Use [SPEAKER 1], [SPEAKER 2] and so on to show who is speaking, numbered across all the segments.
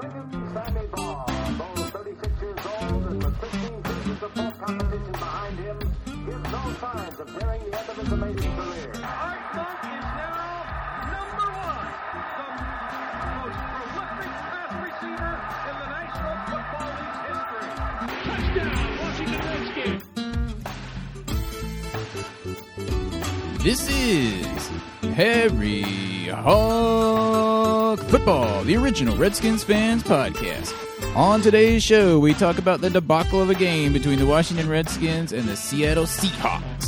[SPEAKER 1] Sammy Baugh, though 36 years old and with 15 seasons of full competition behind him, gives no signs of nearing the end of his amazing career.
[SPEAKER 2] Art Monk is now number one, the most prolific pass receiver in the National Football League's history. Touchdown, Washington Redskins.
[SPEAKER 3] This is Harry Hog Football, the original Redskins fans podcast. On today's show, we talk about the debacle of a game between the Washington Redskins and the Seattle Seahawks.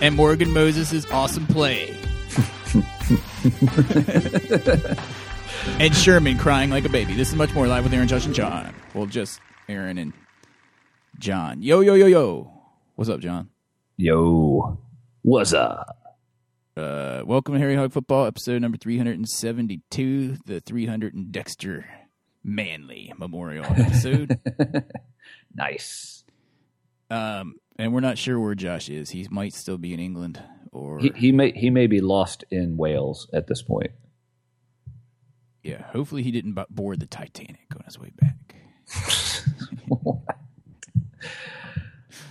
[SPEAKER 3] And Morgan Moses' awesome play. and Sherman crying like a baby. This is much more live with Aaron, Josh, and John. Well, just Aaron and John. Yo, yo, yo, yo. What's up, John?
[SPEAKER 4] Yo, what's up?
[SPEAKER 3] Uh, welcome to Harry Hog Football, episode number 372, the 300 and Dexter Manley Memorial episode.
[SPEAKER 4] Nice.
[SPEAKER 3] um, and we're not sure where Josh is. He might still be in England or,
[SPEAKER 4] He, he may he may be lost in Wales at this point.
[SPEAKER 3] yeah, hopefully he didn't bo- board the Titanic on his way back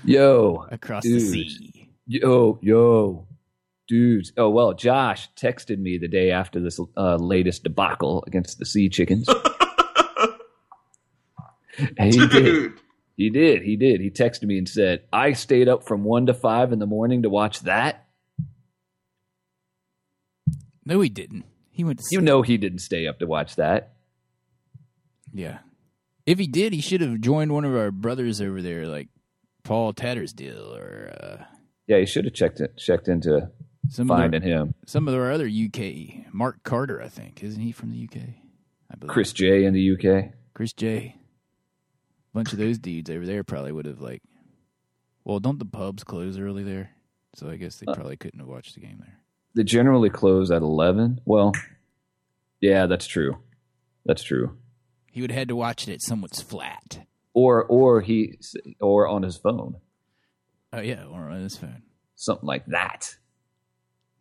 [SPEAKER 4] Yo,
[SPEAKER 3] across
[SPEAKER 4] Dude.
[SPEAKER 3] the sea.
[SPEAKER 4] yo, yo, dudes. Oh well, Josh texted me the day after this uh, latest debacle against the Sea Chickens. And he did.
[SPEAKER 5] Dude,
[SPEAKER 4] He did. He did. He texted me and said, "I stayed up from one to five in the morning to watch that."
[SPEAKER 3] No, he didn't. He went to
[SPEAKER 4] You
[SPEAKER 3] sleep.
[SPEAKER 4] know, he didn't stay up to watch that.
[SPEAKER 3] Yeah. If he did, he should have joined one of our brothers over there, like Paul Tattersdill or uh,
[SPEAKER 4] Yeah, he should have checked it, checked into
[SPEAKER 3] some other-
[SPEAKER 4] finding him.
[SPEAKER 3] some of our other UK, Mark Carter, I think, isn't he from the UK? I believe
[SPEAKER 4] Chris J in the UK.
[SPEAKER 3] Chris J. bunch of those dudes over there probably would have like. Well, don't the pubs close early there? So I guess they probably couldn't have watched the game there.
[SPEAKER 4] They generally close at eleven. Well, yeah, that's true. That's true.
[SPEAKER 3] He would have had to watch it at someone's flat.
[SPEAKER 4] Or or he or on his phone,
[SPEAKER 3] Oh yeah, or on his phone,
[SPEAKER 4] something like that.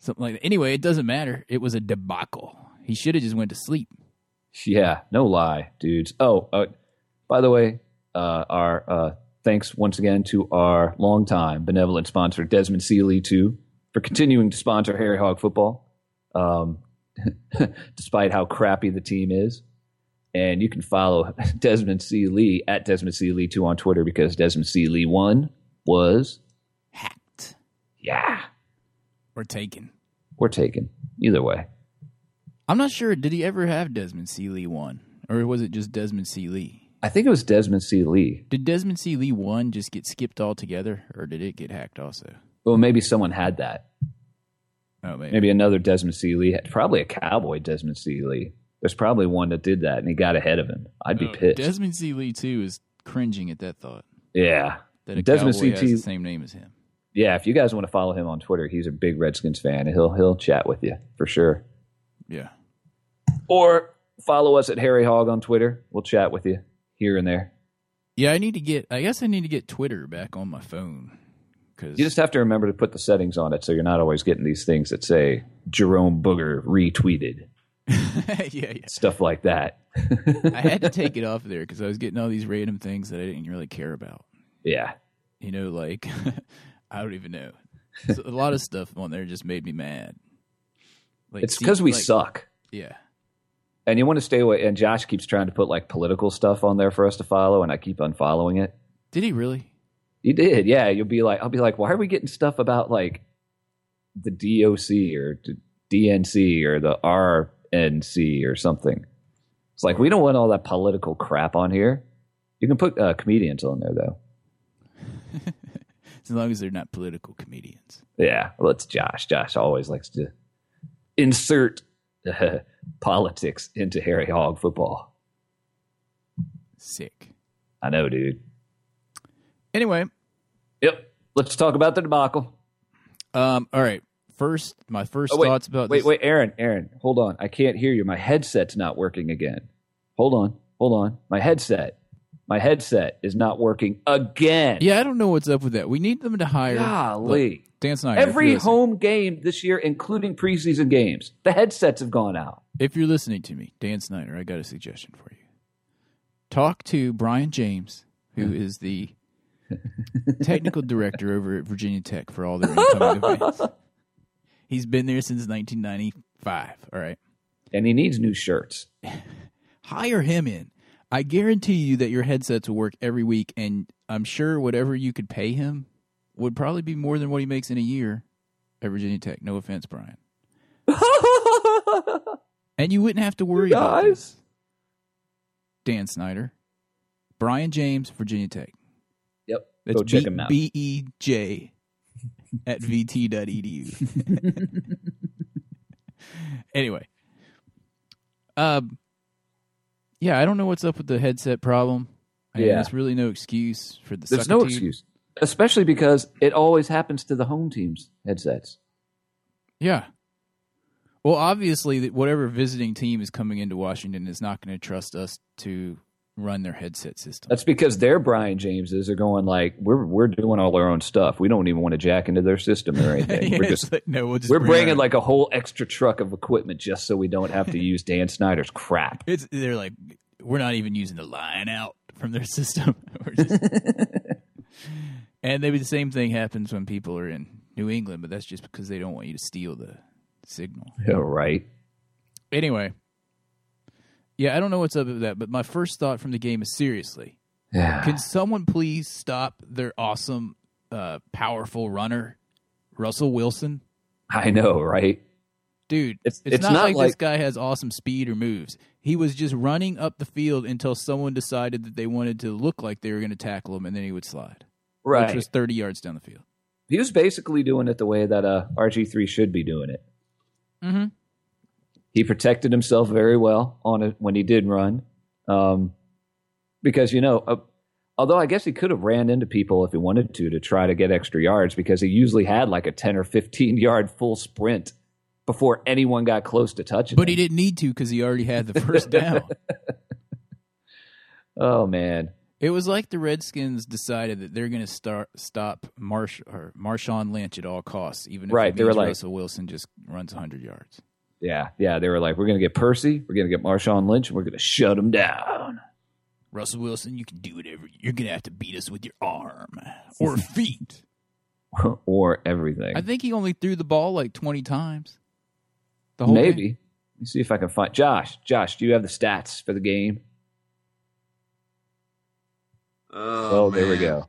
[SPEAKER 3] something like that. Anyway, it doesn't matter. It was a debacle. He should have just went to sleep.
[SPEAKER 4] Yeah, no lie, dudes. Oh, uh, by the way, uh, our uh, thanks once again to our longtime benevolent sponsor Desmond Seeley too for continuing to sponsor Harry Hog Football, um, despite how crappy the team is. And you can follow Desmond C. Lee at Desmond C. Lee two on Twitter because Desmond C. Lee one was
[SPEAKER 3] Hacked
[SPEAKER 4] yeah
[SPEAKER 3] or taken.
[SPEAKER 4] we're taken either way.
[SPEAKER 3] I'm not sure. Did he ever have Desmond C. Lee one, or was it just Desmond C. Lee?
[SPEAKER 4] I think it was Desmond C. Lee.
[SPEAKER 3] Did Desmond C. Lee one just get skipped altogether, or did it get hacked also?
[SPEAKER 4] Well, maybe someone had that.
[SPEAKER 3] Oh, maybe.
[SPEAKER 4] maybe another Desmond C. Lee, probably a cowboy Desmond C. Lee. There's probably one that did that and he got ahead of him. I'd be
[SPEAKER 3] Oh,
[SPEAKER 4] pissed.
[SPEAKER 3] Desmond C. Lee too is cringing at that thought
[SPEAKER 4] yeah.
[SPEAKER 3] that a
[SPEAKER 4] Desmond
[SPEAKER 3] cowboy
[SPEAKER 4] C.
[SPEAKER 3] has
[SPEAKER 4] T-
[SPEAKER 3] the same name as him.
[SPEAKER 4] Yeah, if you guys want to follow him on Twitter, he's a big Redskins fan. and He'll he'll chat with you for sure.
[SPEAKER 3] Yeah,
[SPEAKER 4] Or follow us at Harry Hog on Twitter. We'll chat with you here and there.
[SPEAKER 3] yeah. I need to get. I guess I need to get Twitter back on my phone because
[SPEAKER 4] You just have to remember to put the settings on it so you're not always getting these things that say Jerome Booger retweeted,
[SPEAKER 3] yeah, yeah.
[SPEAKER 4] stuff like that.
[SPEAKER 3] I had to take it off there because I was getting all these random things that I didn't really care about.
[SPEAKER 4] Yeah.
[SPEAKER 3] You know, like I don't even know. So a lot of stuff on there just made me mad. Like,
[SPEAKER 4] It's
[SPEAKER 3] see-
[SPEAKER 4] because we
[SPEAKER 3] like-
[SPEAKER 4] suck.
[SPEAKER 3] Yeah.
[SPEAKER 4] and you want to stay away. And Josh keeps trying to put like political stuff on there for us to follow, and I keep unfollowing it.
[SPEAKER 3] Did he really?
[SPEAKER 4] You did, yeah. You'll be like, I'll be like, why are we getting stuff about like the DOC or d- DNC or the RNC or something? It's like we don't want all that political crap on here. You can put uh, comedians on there though.
[SPEAKER 3] As long as they're not political comedians.
[SPEAKER 4] Yeah, well, it's Josh. Josh always likes to insert politics into Harry Hog football.
[SPEAKER 3] Sick.
[SPEAKER 4] I know, dude.
[SPEAKER 3] Anyway,
[SPEAKER 4] Yep. Let's talk about the debacle.
[SPEAKER 3] um, all right. First, my first
[SPEAKER 4] Oh, wait,
[SPEAKER 3] thoughts about
[SPEAKER 4] wait,
[SPEAKER 3] this.
[SPEAKER 4] wait, Aaron, Aaron, hold on. I can't hear you. My headset's not working again. Hold on, hold on. My headset, my headset is not working again.
[SPEAKER 3] Yeah, I don't know what's up with that. We need them to hire.
[SPEAKER 4] golly.
[SPEAKER 3] Look, Dan Snyder. if
[SPEAKER 4] Every
[SPEAKER 3] you're listening-
[SPEAKER 4] home game this year, including preseason games, the headsets have gone out.
[SPEAKER 3] if you're listening to me, Dan Snyder, I got a suggestion for you. Talk to Brian James, who is the technical director over at Virginia Tech for all their incoming events. He's been there since 1995. All right.
[SPEAKER 4] And he needs new shirts.
[SPEAKER 3] Hire him in. I guarantee you that your headsets will work every week, and I'm sure whatever you could pay him would probably be more than what he makes in a year at Virginia Tech. No offense, Brian. And you wouldn't have to worry about
[SPEAKER 4] guys.
[SPEAKER 3] this. Dan Snyder, Brian James, Virginia Tech.
[SPEAKER 4] Yep.
[SPEAKER 3] That's
[SPEAKER 4] Go check
[SPEAKER 3] B-
[SPEAKER 4] him out.
[SPEAKER 3] B E J at E vt.edu. anyway, um, yeah, I don't know what's up with the headset problem. I mean,
[SPEAKER 4] Yeah.
[SPEAKER 3] there's really no excuse for the.
[SPEAKER 4] There's no
[SPEAKER 3] suckitude.
[SPEAKER 4] excuse, especially because it always happens to the home team's headsets.
[SPEAKER 3] Yeah. Well, obviously, that whatever visiting team is coming into Washington is not going to trust us to run their headset system.
[SPEAKER 4] That's because their Brian Jameses are going like we're we're doing all our own stuff. We don't even want to jack into their system or anything.
[SPEAKER 3] Yeah,
[SPEAKER 4] we're
[SPEAKER 3] it's
[SPEAKER 4] just
[SPEAKER 3] like, no, we'll just
[SPEAKER 4] we're
[SPEAKER 3] bring our
[SPEAKER 4] bringing
[SPEAKER 3] own."
[SPEAKER 4] like a whole extra truck of equipment just so we don't have to use Dan Snyder's crap.
[SPEAKER 3] It's they're like we're not even using the line out from their system. We're just- and maybe the same thing happens when people are in New England, but that's just because they don't want you to steal the signal.
[SPEAKER 4] Yeah, right.
[SPEAKER 3] Anyway, yeah, I don't know what's up with that, but my first thought from the game is seriously,
[SPEAKER 4] Yeah.
[SPEAKER 3] can someone please stop their awesome, uh, powerful runner, Russell Wilson?
[SPEAKER 4] I know, right?
[SPEAKER 3] dude. It's,
[SPEAKER 4] It's-
[SPEAKER 3] it's,
[SPEAKER 4] it's
[SPEAKER 3] not,
[SPEAKER 4] not
[SPEAKER 3] like, this
[SPEAKER 4] like-
[SPEAKER 3] guy has awesome speed or moves. He was just running up the field until someone decided that they wanted to look like they were going to tackle him, and then he would slide,
[SPEAKER 4] Right.
[SPEAKER 3] which was thirty yards down the field.
[SPEAKER 4] he was basically doing it the way that uh, RG3 should be doing it.
[SPEAKER 3] Mm-hmm.
[SPEAKER 4] He protected himself very well on it when he did run, um, because you know, uh, although I guess he could have ran into people if he wanted to to try to get extra yards, because he usually had like a ten or fifteen yard full sprint before anyone got close to touching.
[SPEAKER 3] But he
[SPEAKER 4] him.
[SPEAKER 3] didn't need to because he already had the first down.
[SPEAKER 4] Oh man,
[SPEAKER 3] It was like the Redskins decided that they're going to start stop Marsh or Marshawn Lynch at all costs, even if
[SPEAKER 4] Right,
[SPEAKER 3] it
[SPEAKER 4] they were
[SPEAKER 3] means
[SPEAKER 4] like-
[SPEAKER 3] Russell Wilson just runs hundred yards.
[SPEAKER 4] yeah, yeah. They were like, we're gonna get Percy, we're gonna get Marshawn Lynch, and we're gonna shut him down.
[SPEAKER 3] Russell Wilson, you can do whatever. You're going to have to beat us with your arm or feet.
[SPEAKER 4] or everything.
[SPEAKER 3] I think he only threw the ball like twenty times. The whole game.
[SPEAKER 4] Maybe. Let me see if I can find Josh. Josh, do you have the stats for the game?
[SPEAKER 5] Oh,
[SPEAKER 4] Oh, there we
[SPEAKER 5] man.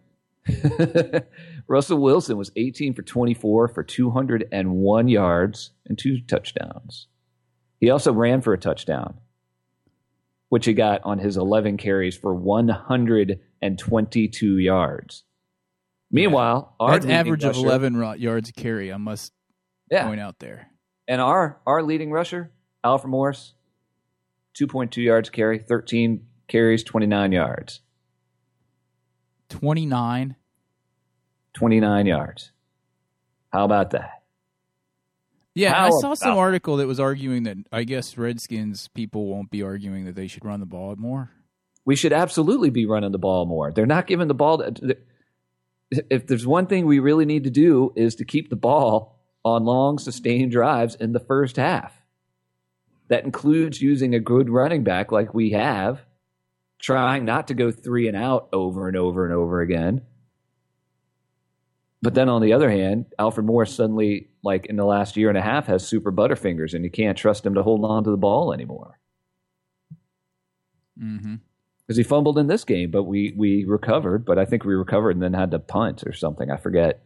[SPEAKER 4] go. Russell Wilson was 18 for 24 for 201 yards and two touchdowns. He also ran for a touchdown, which he got on his 11 carries for 122 yards. Meanwhile, our
[SPEAKER 3] That's
[SPEAKER 4] leading
[SPEAKER 3] average of
[SPEAKER 4] rusher-
[SPEAKER 3] 11 ro- yards a carry. I must
[SPEAKER 4] Yeah,
[SPEAKER 3] point out there.
[SPEAKER 4] And our our leading rusher, Alfred Morris, two point two yards carry, thirteen carries, twenty nine yards,
[SPEAKER 3] 29.
[SPEAKER 4] twenty nine yards. How about that?
[SPEAKER 3] Yeah, and I
[SPEAKER 4] How
[SPEAKER 3] saw some
[SPEAKER 4] about-
[SPEAKER 3] article that was arguing that I guess Redskins people won't be arguing that they should run the ball more.
[SPEAKER 4] We should absolutely be running the ball more. They're not giving the ball. To, if there's one thing we really need to do is to keep the ball on long sustained drives in the first half. That includes using a good running back like we have, trying not to go three and out over and over and over again. But then on the other hand, Alfred Morris suddenly, like in the last year and a half, has super butterfingers and you can't trust him to hold on to the ball anymore.
[SPEAKER 3] Mm-hmm.
[SPEAKER 4] Because he fumbled in this game, but we we recovered, but I think we recovered and then had to punt or something. I forget.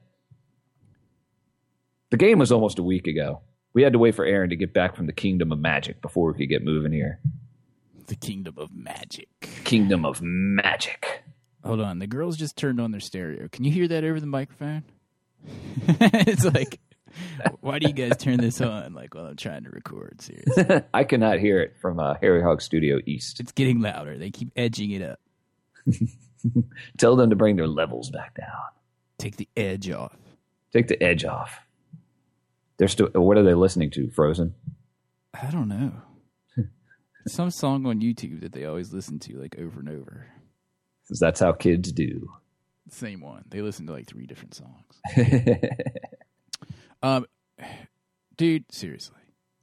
[SPEAKER 4] The game was almost a week ago. We had to wait for Aaron to get back from the kingdom of magic before we could get moving here.
[SPEAKER 3] The kingdom of magic.
[SPEAKER 4] Kingdom of magic.
[SPEAKER 3] Hold on. The girls just turned on their stereo. Can you hear that over the microphone? it's like, why do you guys turn this on? Like, well, I'm trying to record. Seriously.
[SPEAKER 4] I cannot hear it from uh, Harry Hog Studio East.
[SPEAKER 3] It's getting louder. They keep edging it up.
[SPEAKER 4] Tell them to bring their levels back down.
[SPEAKER 3] Take the edge off.
[SPEAKER 4] Take the edge off. They're still. What are they listening to? Frozen.
[SPEAKER 3] I don't know. It's Some song on YouTube that they always listen to like over and over.
[SPEAKER 4] 'Cause that's how kids do.
[SPEAKER 3] Same one. They listen to like three different songs. Um, dude, seriously,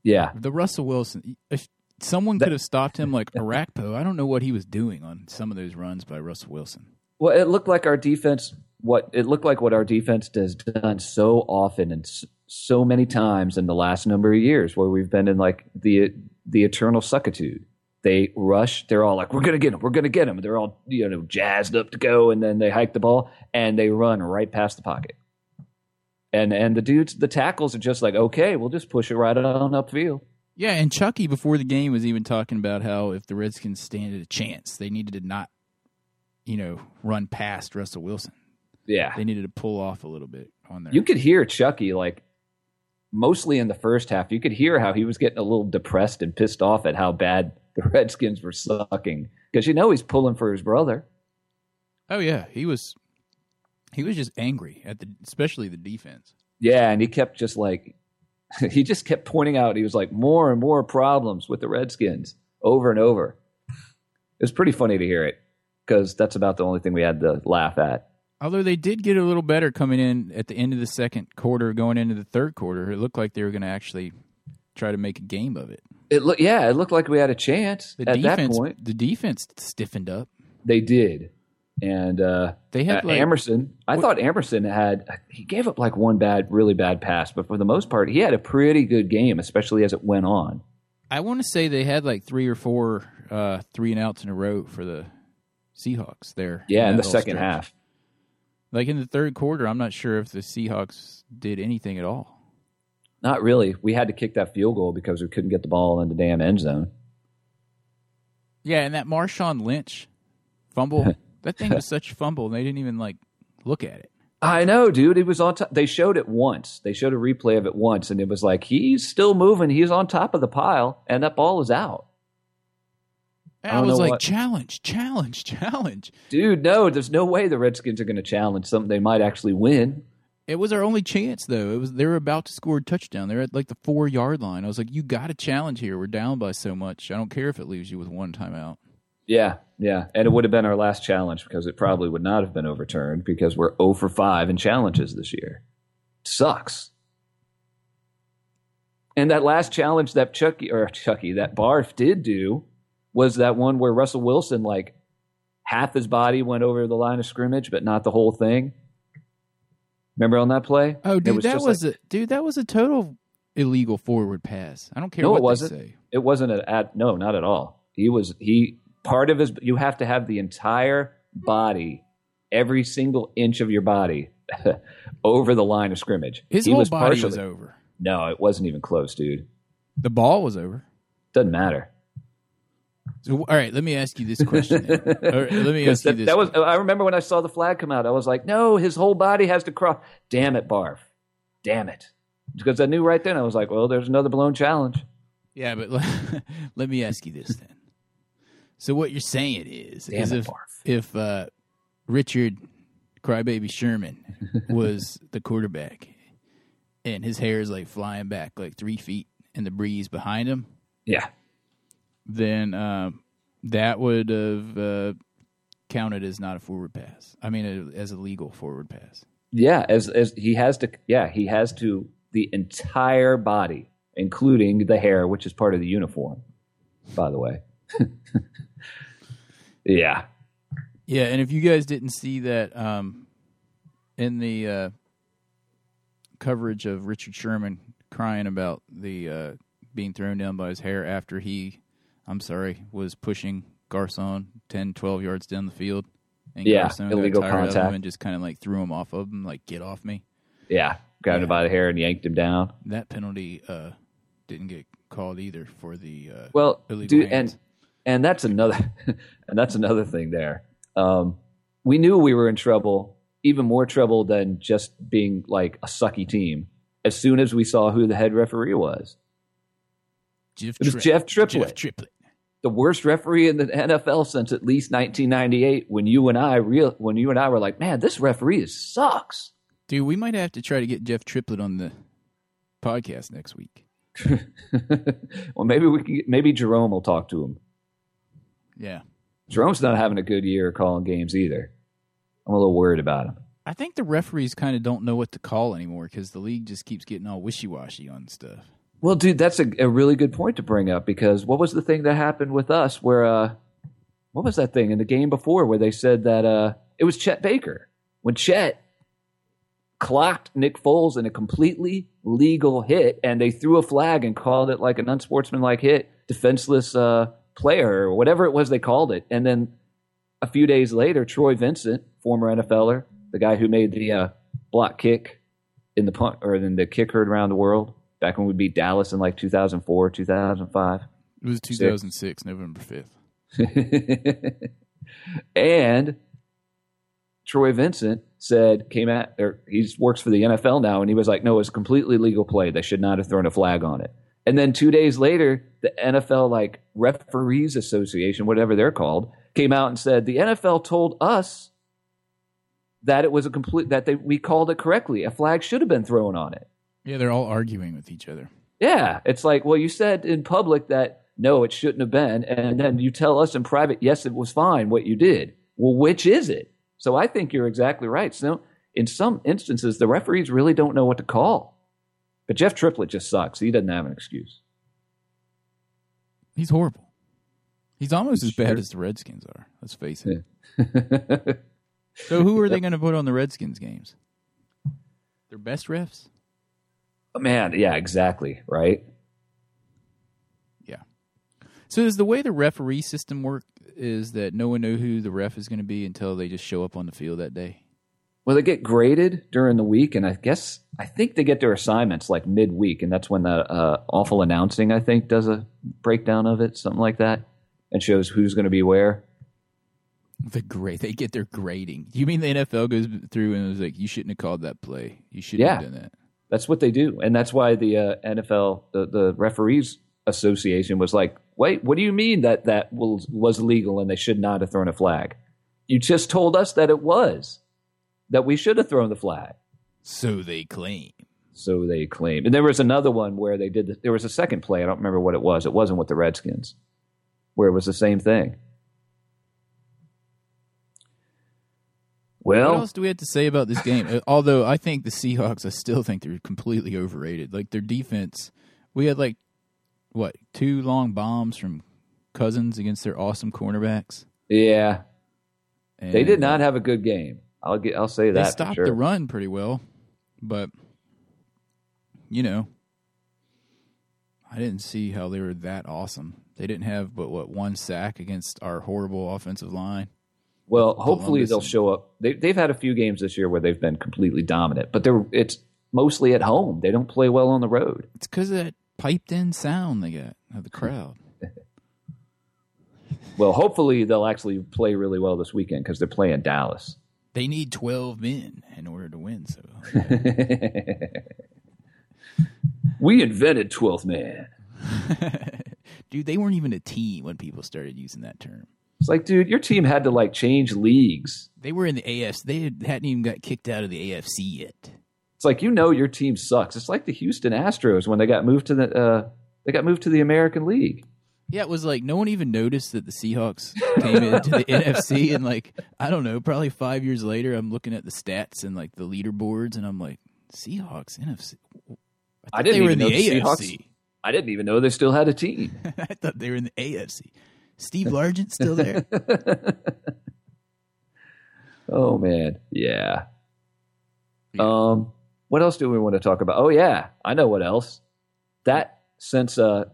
[SPEAKER 4] Yeah.
[SPEAKER 3] The Russell Wilson, if someone
[SPEAKER 4] That-
[SPEAKER 3] could have stopped him like Arakpo. I don't know what he was doing on some of those runs by Russell Wilson.
[SPEAKER 4] Well, it looked like our defense. What it looked like what our defense has done so often and s- so many times in the last number of years, where we've been in like the the eternal suckitude. They rush. They're all like, "We're gonna get him. We're gonna get him." They're all you know jazzed up to go, and then they hike the ball and they run right past the pocket. And and the dudes, the tackles are just like, "Okay, we'll just push it right on upfield."
[SPEAKER 3] Yeah, and Chucky before the game was even talking about how if the Redskins stand a chance, they needed to not, you know, run past Russell Wilson.
[SPEAKER 4] Yeah,
[SPEAKER 3] They needed to pull off a little bit on there.
[SPEAKER 4] you could hear Chucky like mostly in the first half. You could hear how he was getting a little depressed and pissed off at how bad the Redskins were sucking because you know he's pulling for his brother.
[SPEAKER 3] oh yeah, he was he was just angry at the especially the defense.
[SPEAKER 4] Yeah, and he kept just like he just kept pointing out he was like more and more problems with the Redskins over and over. It was pretty funny to hear it because that's about the only thing we had to laugh at.
[SPEAKER 3] Although they did get a little better coming in at the end of the second quarter, going into the third quarter, it looked like they were going to actually try to make a game of it.
[SPEAKER 4] It look yeah, it looked like we had a chance
[SPEAKER 3] The
[SPEAKER 4] at that
[SPEAKER 3] defense,
[SPEAKER 4] point.
[SPEAKER 3] the defense stiffened up.
[SPEAKER 4] They did, and uh,
[SPEAKER 3] They had
[SPEAKER 4] Uh,
[SPEAKER 3] like
[SPEAKER 4] Amerson. I
[SPEAKER 3] What-
[SPEAKER 4] thought Amerson had he gave up like one bad, really bad pass, but for the most part, he had a pretty good game, especially as it went on.
[SPEAKER 3] I want to say they had like three or four uh, three and outs in a row for the Seahawks there.
[SPEAKER 4] Yeah, in
[SPEAKER 3] that
[SPEAKER 4] the
[SPEAKER 3] little
[SPEAKER 4] second
[SPEAKER 3] stretch.
[SPEAKER 4] half.
[SPEAKER 3] Like in the third quarter, I'm not sure if the Seahawks did anything at all.
[SPEAKER 4] Not really. We had to kick that field goal because we couldn't get the ball in the damn end zone.
[SPEAKER 3] Yeah, and that Marshawn Lynch fumble, that thing was such a fumble, and they didn't even like look at it.
[SPEAKER 4] I know, dude. It was on. Top. They showed it once. They showed a replay of it once, and it was like he's still moving. He's on top of the pile, and that ball is out.
[SPEAKER 3] And
[SPEAKER 4] I
[SPEAKER 3] I,
[SPEAKER 4] don't
[SPEAKER 3] was
[SPEAKER 4] know
[SPEAKER 3] like,
[SPEAKER 4] what-
[SPEAKER 3] challenge, challenge, challenge.
[SPEAKER 4] Dude, no, there's no way the Redskins are going to challenge something they might actually win.
[SPEAKER 3] It was our only chance, though. It was they were about to score a touchdown. They're at like the four yard line. I was like, you got to challenge here. We're down by so much. I don't care if it leaves you with one timeout.
[SPEAKER 4] Yeah, yeah. And it would have been our last challenge because it probably would not have been overturned because we're 0 for 5 in challenges this year. Sucks. And that last challenge that Chucky or Chucky, that Barf did do was that one where Russell Wilson like half his body went over the line of scrimmage but not the whole thing. Remember on that play?
[SPEAKER 3] Oh,
[SPEAKER 4] It
[SPEAKER 3] dude, that
[SPEAKER 4] just
[SPEAKER 3] was
[SPEAKER 4] like-
[SPEAKER 3] a dude. That was a total illegal forward pass. I don't care
[SPEAKER 4] No,
[SPEAKER 3] what
[SPEAKER 4] it wasn't.
[SPEAKER 3] they say.
[SPEAKER 4] it wasn't an at no, not at all. He was he part of his you have to have the entire body, every single inch of your body over the line of scrimmage.
[SPEAKER 3] His
[SPEAKER 4] he
[SPEAKER 3] whole body was
[SPEAKER 4] partially-
[SPEAKER 3] over.
[SPEAKER 4] No, it wasn't even close, dude.
[SPEAKER 3] The ball was over.
[SPEAKER 4] Doesn't matter.
[SPEAKER 3] So, all right, let me ask you this question. then. All right, let me ask
[SPEAKER 4] 'Cause
[SPEAKER 3] you
[SPEAKER 4] that,
[SPEAKER 3] this.
[SPEAKER 4] that was I remember when I saw the flag come out, I was like, "No, his whole body has to cross." Damn it, Barf. Damn it. Because I knew right then I was like, "Well, there's another blown challenge."
[SPEAKER 3] yeah, but let, let me ask you this then. So what you're saying is,
[SPEAKER 4] Damn
[SPEAKER 3] is
[SPEAKER 4] it,
[SPEAKER 3] if
[SPEAKER 4] Barf.
[SPEAKER 3] if uh, Richard Crybaby Sherman was the quarterback, and his hair is like flying back like three feet in the breeze behind him,
[SPEAKER 4] Yeah.
[SPEAKER 3] then um, that would have uh, counted as not a forward pass. I mean, as a legal forward pass.
[SPEAKER 4] Yeah, as as he has to yeah, he has to the entire body, including the hair, which is part of the uniform, by the way. yeah.
[SPEAKER 3] Yeah, and if you guys didn't see that um, in the uh, coverage of Richard Sherman crying about the uh, being thrown down by his hair after he, I'm sorry, was pushing Garcon 10, 12 yards down the field. And
[SPEAKER 4] Yeah,
[SPEAKER 3] Garcon
[SPEAKER 4] illegal
[SPEAKER 3] got tired Of him
[SPEAKER 4] contact.
[SPEAKER 3] and just kind of like threw him off of him, like, get off me.
[SPEAKER 4] Yeah. Grabbed
[SPEAKER 3] Yeah.
[SPEAKER 4] him by the hair and yanked him down.
[SPEAKER 3] That penalty uh, didn't get called either for the. Uh,
[SPEAKER 4] Well,
[SPEAKER 3] Illegal
[SPEAKER 4] dude,
[SPEAKER 3] hands.
[SPEAKER 4] and and that's another and that's another thing there. Um, we knew we were in trouble, even more trouble than just being like a sucky team. As soon as we saw who the head referee was,
[SPEAKER 3] Jeff
[SPEAKER 4] it was
[SPEAKER 3] Tripp-
[SPEAKER 4] Jeff Triplett.
[SPEAKER 3] Jeff Triplett.
[SPEAKER 4] the worst referee in the NFL since at least 1998 when you and I real when you and I were like, "Man, this referee is sucks."
[SPEAKER 3] Dude, we might have to try to get Jeff Triplett on the podcast next week.
[SPEAKER 4] well, maybe we can, maybe Jerome will talk to him.
[SPEAKER 3] Yeah.
[SPEAKER 4] Jerome's not having a good year calling games either. I'm a little worried about him.
[SPEAKER 3] I think the referees kind of don't know what to call anymore because the league just keeps getting all wishy washy on stuff.
[SPEAKER 4] Well, dude, that's a, a really good point to bring up because what was the thing that happened with us where, uh, what was that thing in the game before where they said that uh, it was Chet Baker when Chet clocked Nick Foles in a completely legal hit and they threw a flag and called it like an unsportsmanlike hit, defenseless uh, player or whatever it was they called it. And then a few days later, Troy Vincent, former NFLer, er, the guy who made the uh, block kick in the punt or in the kick heard around the world back when we beat Dallas in like 2004, 2005.
[SPEAKER 3] It was 2006, November 5th.
[SPEAKER 4] and Troy Vincent said came at or he works for the NFL now and he was like no it's completely legal play they should not have thrown a flag on it. And then 2 days later the NFL like referees association whatever they're called came out and said the NFL told us that it was a complete that they we called it correctly a flag should have been thrown on it.
[SPEAKER 3] Yeah, they're all arguing with each other.
[SPEAKER 4] Yeah, it's like, well, you said in public that no, it shouldn't have been, and then you tell us in private, yes, it was fine what you did. Well, which is it? So I think you're exactly right. So in some instances, the referees really don't know what to call. But Jeff Triplett just sucks. He doesn't have an excuse.
[SPEAKER 3] He's horrible. He's almost as bad
[SPEAKER 4] Sure.
[SPEAKER 3] as the Redskins are. Let's face it. So who are they going to put on the Redskins games? Their best refs?
[SPEAKER 4] Man, yeah, exactly, right?
[SPEAKER 3] Yeah. So is the way the referee system work is that no one know who the ref is going to be until they just show up on the field that day?
[SPEAKER 4] Well, they get graded during the week, and I guess I think they get their assignments like midweek, and that's when the uh, awful announcing I think does a breakdown of it, something like that, and shows who's going to be where.
[SPEAKER 3] The grade they get their grading. You mean the NFL goes through and is like, you shouldn't have called that play. You shouldn't have
[SPEAKER 4] Yeah.
[SPEAKER 3] done that.
[SPEAKER 4] That's what they do, and that's why the uh, NFL, the, the referees association, was like, "Wait, what do you mean that that was, was legal and they should not have thrown a flag? You just told us that it was, that we should have thrown the flag."
[SPEAKER 3] So they claim.
[SPEAKER 4] So they claimed, and there was another one where they did. The, there was a second play. I don't remember what it was. It wasn't with the Redskins, where it was the same thing.
[SPEAKER 3] What
[SPEAKER 4] Well,
[SPEAKER 3] else do we have to say about this game? Uh, Although I think the Seahawks, I still think they're completely overrated. Like their defense, we had like what two long bombs from Cousins against their awesome cornerbacks.
[SPEAKER 4] yeah,
[SPEAKER 3] And
[SPEAKER 4] they did not have a good game. I'll get. I'll say
[SPEAKER 3] They
[SPEAKER 4] that. for
[SPEAKER 3] stopped
[SPEAKER 4] sure.
[SPEAKER 3] the run pretty well, but you know, I didn't see how they were that awesome. They didn't have but what one sack against our horrible offensive line.
[SPEAKER 4] Well, hopefully
[SPEAKER 3] Columbus
[SPEAKER 4] they'll
[SPEAKER 3] and-
[SPEAKER 4] show up. They, they've had a few games this year where they've been completely dominant, but they're it's mostly at home. They don't play well on the road.
[SPEAKER 3] It's because of that piped in sound they got of the crowd.
[SPEAKER 4] Well, hopefully they'll actually play really well this weekend because they're playing Dallas.
[SPEAKER 3] They need twelve men in order to win. So
[SPEAKER 4] We invented twelfth man.
[SPEAKER 3] Dude, they weren't even a team when people started using that term.
[SPEAKER 4] It's like, dude, your team had to like change leagues.
[SPEAKER 3] They were in the AFC. They hadn't even got kicked out of the AFC yet.
[SPEAKER 4] It's like you know your team sucks. It's like the Houston Astros when they got moved to the uh, they got moved to the American League.
[SPEAKER 3] Yeah, it was like no one even noticed that the Seahawks came into the NFC. And like, I don't know, probably five years later, I'm looking at the stats and like the leaderboards, and I'm like, Seahawks, NFC.
[SPEAKER 4] I didn't
[SPEAKER 3] they were in
[SPEAKER 4] even
[SPEAKER 3] the
[SPEAKER 4] know the
[SPEAKER 3] AFC.
[SPEAKER 4] I didn't even know they still had a team.
[SPEAKER 3] I thought they were in the AFC. Steve Largent still there?
[SPEAKER 4] Oh man, yeah.
[SPEAKER 3] Yeah.
[SPEAKER 4] Um, what else do we want to talk about? Oh yeah, I know what else. That since uh,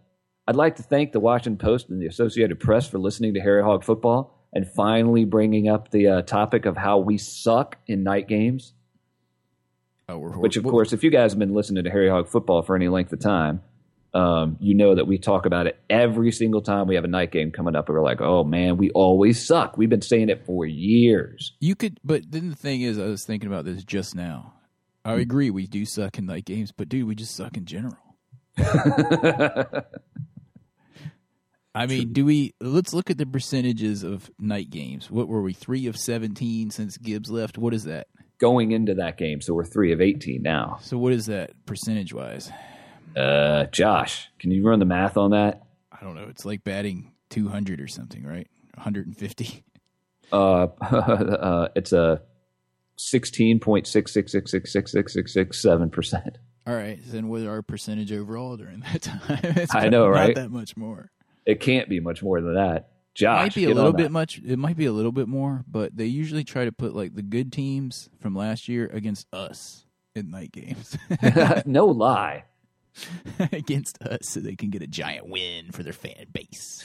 [SPEAKER 4] I'd like to thank the Washington Post and the Associated Press for listening to Harry Hog Football and finally bringing up the uh, topic of how we suck in night games.
[SPEAKER 3] Oh, we're
[SPEAKER 4] Which, of course, if you guys have been listening to Harry Hog Football for any length of time, um, you know that we talk about it every single time we have a night game coming up. And we're like, oh man, we always suck. We've been saying it for years.
[SPEAKER 3] You could, but then the thing is, I was thinking about this just now. I
[SPEAKER 4] Hmm.
[SPEAKER 3] agree, we do suck in night games, but dude, we just suck in general. I mean, do we? Let's look at the percentages of night games. What were we? Three of seventeen since Gibbs left. What is that?
[SPEAKER 4] going into that game. So we're three of 18 now.
[SPEAKER 3] So what is that percentage wise?
[SPEAKER 4] Uh, Josh, can you run the math on that?
[SPEAKER 3] I don't know. It's like batting two hundred or something, right? One hundred and fifty.
[SPEAKER 4] Uh, uh, it's a 16.666666667%.
[SPEAKER 3] All All right. Then what are our percentage overall during that time? It's
[SPEAKER 4] I know,
[SPEAKER 3] not
[SPEAKER 4] right?
[SPEAKER 3] that much more.
[SPEAKER 4] It can't be much more than that.
[SPEAKER 3] It
[SPEAKER 4] Josh,
[SPEAKER 3] might be a
[SPEAKER 4] get on
[SPEAKER 3] little
[SPEAKER 4] that.
[SPEAKER 3] bit much. It might be a little bit more, but they usually try to put like the good teams from last year against us in night games,
[SPEAKER 4] no lie.
[SPEAKER 3] against us, so they can get a giant win for their fan base,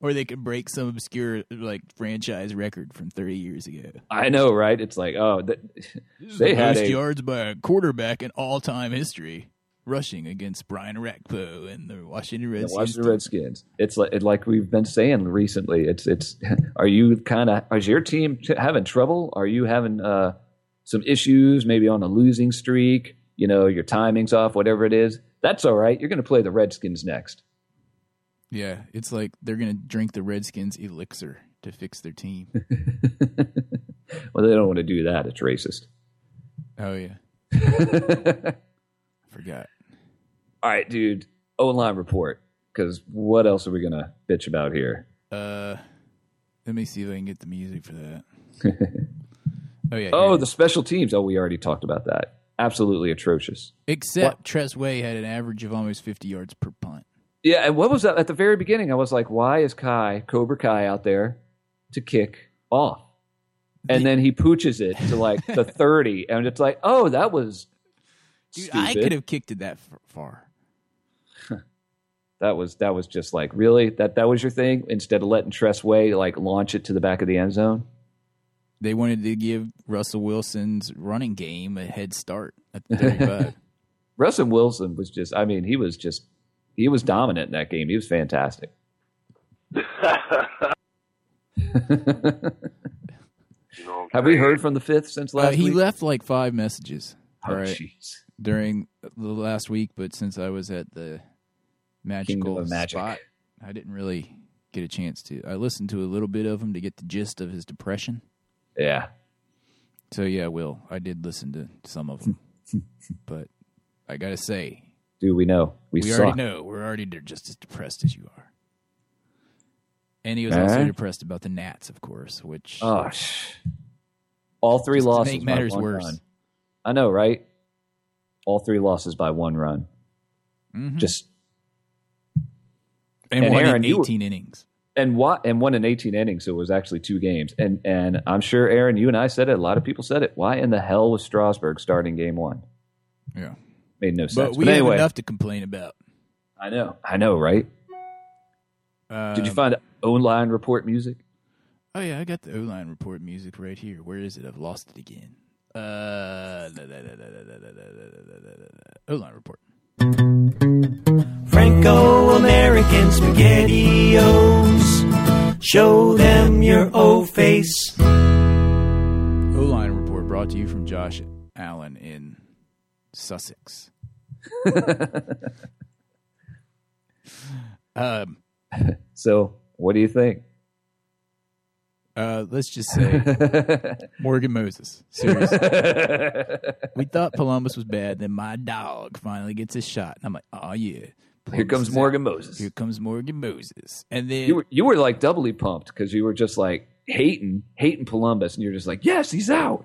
[SPEAKER 3] or they can break some obscure like franchise record from 30 years ago.
[SPEAKER 4] I know, right? It's like, oh, that,
[SPEAKER 3] This is
[SPEAKER 4] They
[SPEAKER 3] the
[SPEAKER 4] had
[SPEAKER 3] most
[SPEAKER 4] a-
[SPEAKER 3] yards by a quarterback in all-time history, rushing against Brian Rakpo and the Washington
[SPEAKER 4] the
[SPEAKER 3] Redskins.
[SPEAKER 4] Washington Redskins. It's like, it, like we've been saying recently. It's it's. Are you kind of? Is your team t- having trouble? Are you having uh, some issues? Maybe on a losing streak. You know, your timing's off. Whatever it is, that's all right. You're going to play the Redskins next.
[SPEAKER 3] Yeah, it's like they're gonna drink the Redskins elixir to fix their team.
[SPEAKER 4] Well, they don't want to do that. It's racist.
[SPEAKER 3] oh yeah, forgot.
[SPEAKER 4] All right, dude. O line report. Because what else are we going to bitch about here?
[SPEAKER 3] Uh, let me see if I can get the music for that. oh yeah.
[SPEAKER 4] Oh,
[SPEAKER 3] here.
[SPEAKER 4] the special teams. Oh, we already talked about that. Absolutely atrocious.
[SPEAKER 3] except Tressway had an average of almost 50 yards per punt.
[SPEAKER 4] Yeah, and what was that at the very beginning? I was like, why is Kai Cobra Kai out there to kick off? And then he pooches it to like the thirty, and it's like, oh, that was
[SPEAKER 3] Dude,
[SPEAKER 4] stupid.
[SPEAKER 3] I could have kicked it that f- far.
[SPEAKER 4] That was that was just like really that that was your thing instead of letting Tressway like launch it to the back of the end zone.
[SPEAKER 3] They wanted to give Russell Wilson's running game a head start at the 35.
[SPEAKER 4] Russell Wilson was just, I mean, he was just he was dominant in that game. He was fantastic.
[SPEAKER 1] You know,
[SPEAKER 4] Have we heard from the fifth since
[SPEAKER 3] uh,
[SPEAKER 4] last
[SPEAKER 3] he
[SPEAKER 4] week?
[SPEAKER 3] left like five messages.
[SPEAKER 4] oh,
[SPEAKER 3] All right.
[SPEAKER 4] jeez.
[SPEAKER 3] during the last week, but since I was at the magical
[SPEAKER 4] of Magic.
[SPEAKER 3] spot, I didn't really get a chance to. I listened to a little bit of him to get the gist of his depression.
[SPEAKER 4] Yeah.
[SPEAKER 3] So yeah, Will, I did listen to some of them, but I gotta say,
[SPEAKER 4] Do we know? We,
[SPEAKER 3] we
[SPEAKER 4] suck.
[SPEAKER 3] already know we're already de- just as depressed as you are. And he was also
[SPEAKER 4] Alright.
[SPEAKER 3] depressed about the Nats, of course, which
[SPEAKER 4] Eh? Oh, sh- all three
[SPEAKER 3] just to
[SPEAKER 4] losses.
[SPEAKER 3] make
[SPEAKER 4] by
[SPEAKER 3] matters
[SPEAKER 4] one
[SPEAKER 3] worse.
[SPEAKER 4] run. I know, right? All three losses by one run.
[SPEAKER 3] Mhm.
[SPEAKER 4] Just
[SPEAKER 3] and,
[SPEAKER 4] and
[SPEAKER 3] won in
[SPEAKER 4] Aaron, you were-
[SPEAKER 3] eighteen innings.
[SPEAKER 4] and what and one in eighteen innings, so it was actually two games. And and I'm sure Aaron, you and I said it. A lot of people said it. Why in the hell was Strasburg starting game one?
[SPEAKER 3] Yeah,
[SPEAKER 4] Made no
[SPEAKER 3] but
[SPEAKER 4] sense.
[SPEAKER 3] we
[SPEAKER 4] anyway,
[SPEAKER 3] have enough to complain about.
[SPEAKER 4] I know, I know, right?
[SPEAKER 3] Um,
[SPEAKER 4] Did you find online report music?
[SPEAKER 3] Oh yeah, I got the O line report music right here. Where is it? I've lost it again. Uh, O line report.
[SPEAKER 5] Franco-American SpaghettiOs. Show them your O face.
[SPEAKER 3] O line report brought to you from Josh Allen in Sussex. um,
[SPEAKER 4] So, what do you think?
[SPEAKER 3] uh, let's just say Morgan Moses. Seriously, we thought Columbus was bad. Then my dog finally gets his shot, and I'm like, oh yeah.
[SPEAKER 4] Here
[SPEAKER 3] Columbus is
[SPEAKER 4] comes
[SPEAKER 3] out.
[SPEAKER 4] Morgan Moses.
[SPEAKER 3] Here comes Morgan Moses, and then
[SPEAKER 4] you were you were like doubly pumped because you were just like hating hating Columbus, and you're just like, yes, he's out.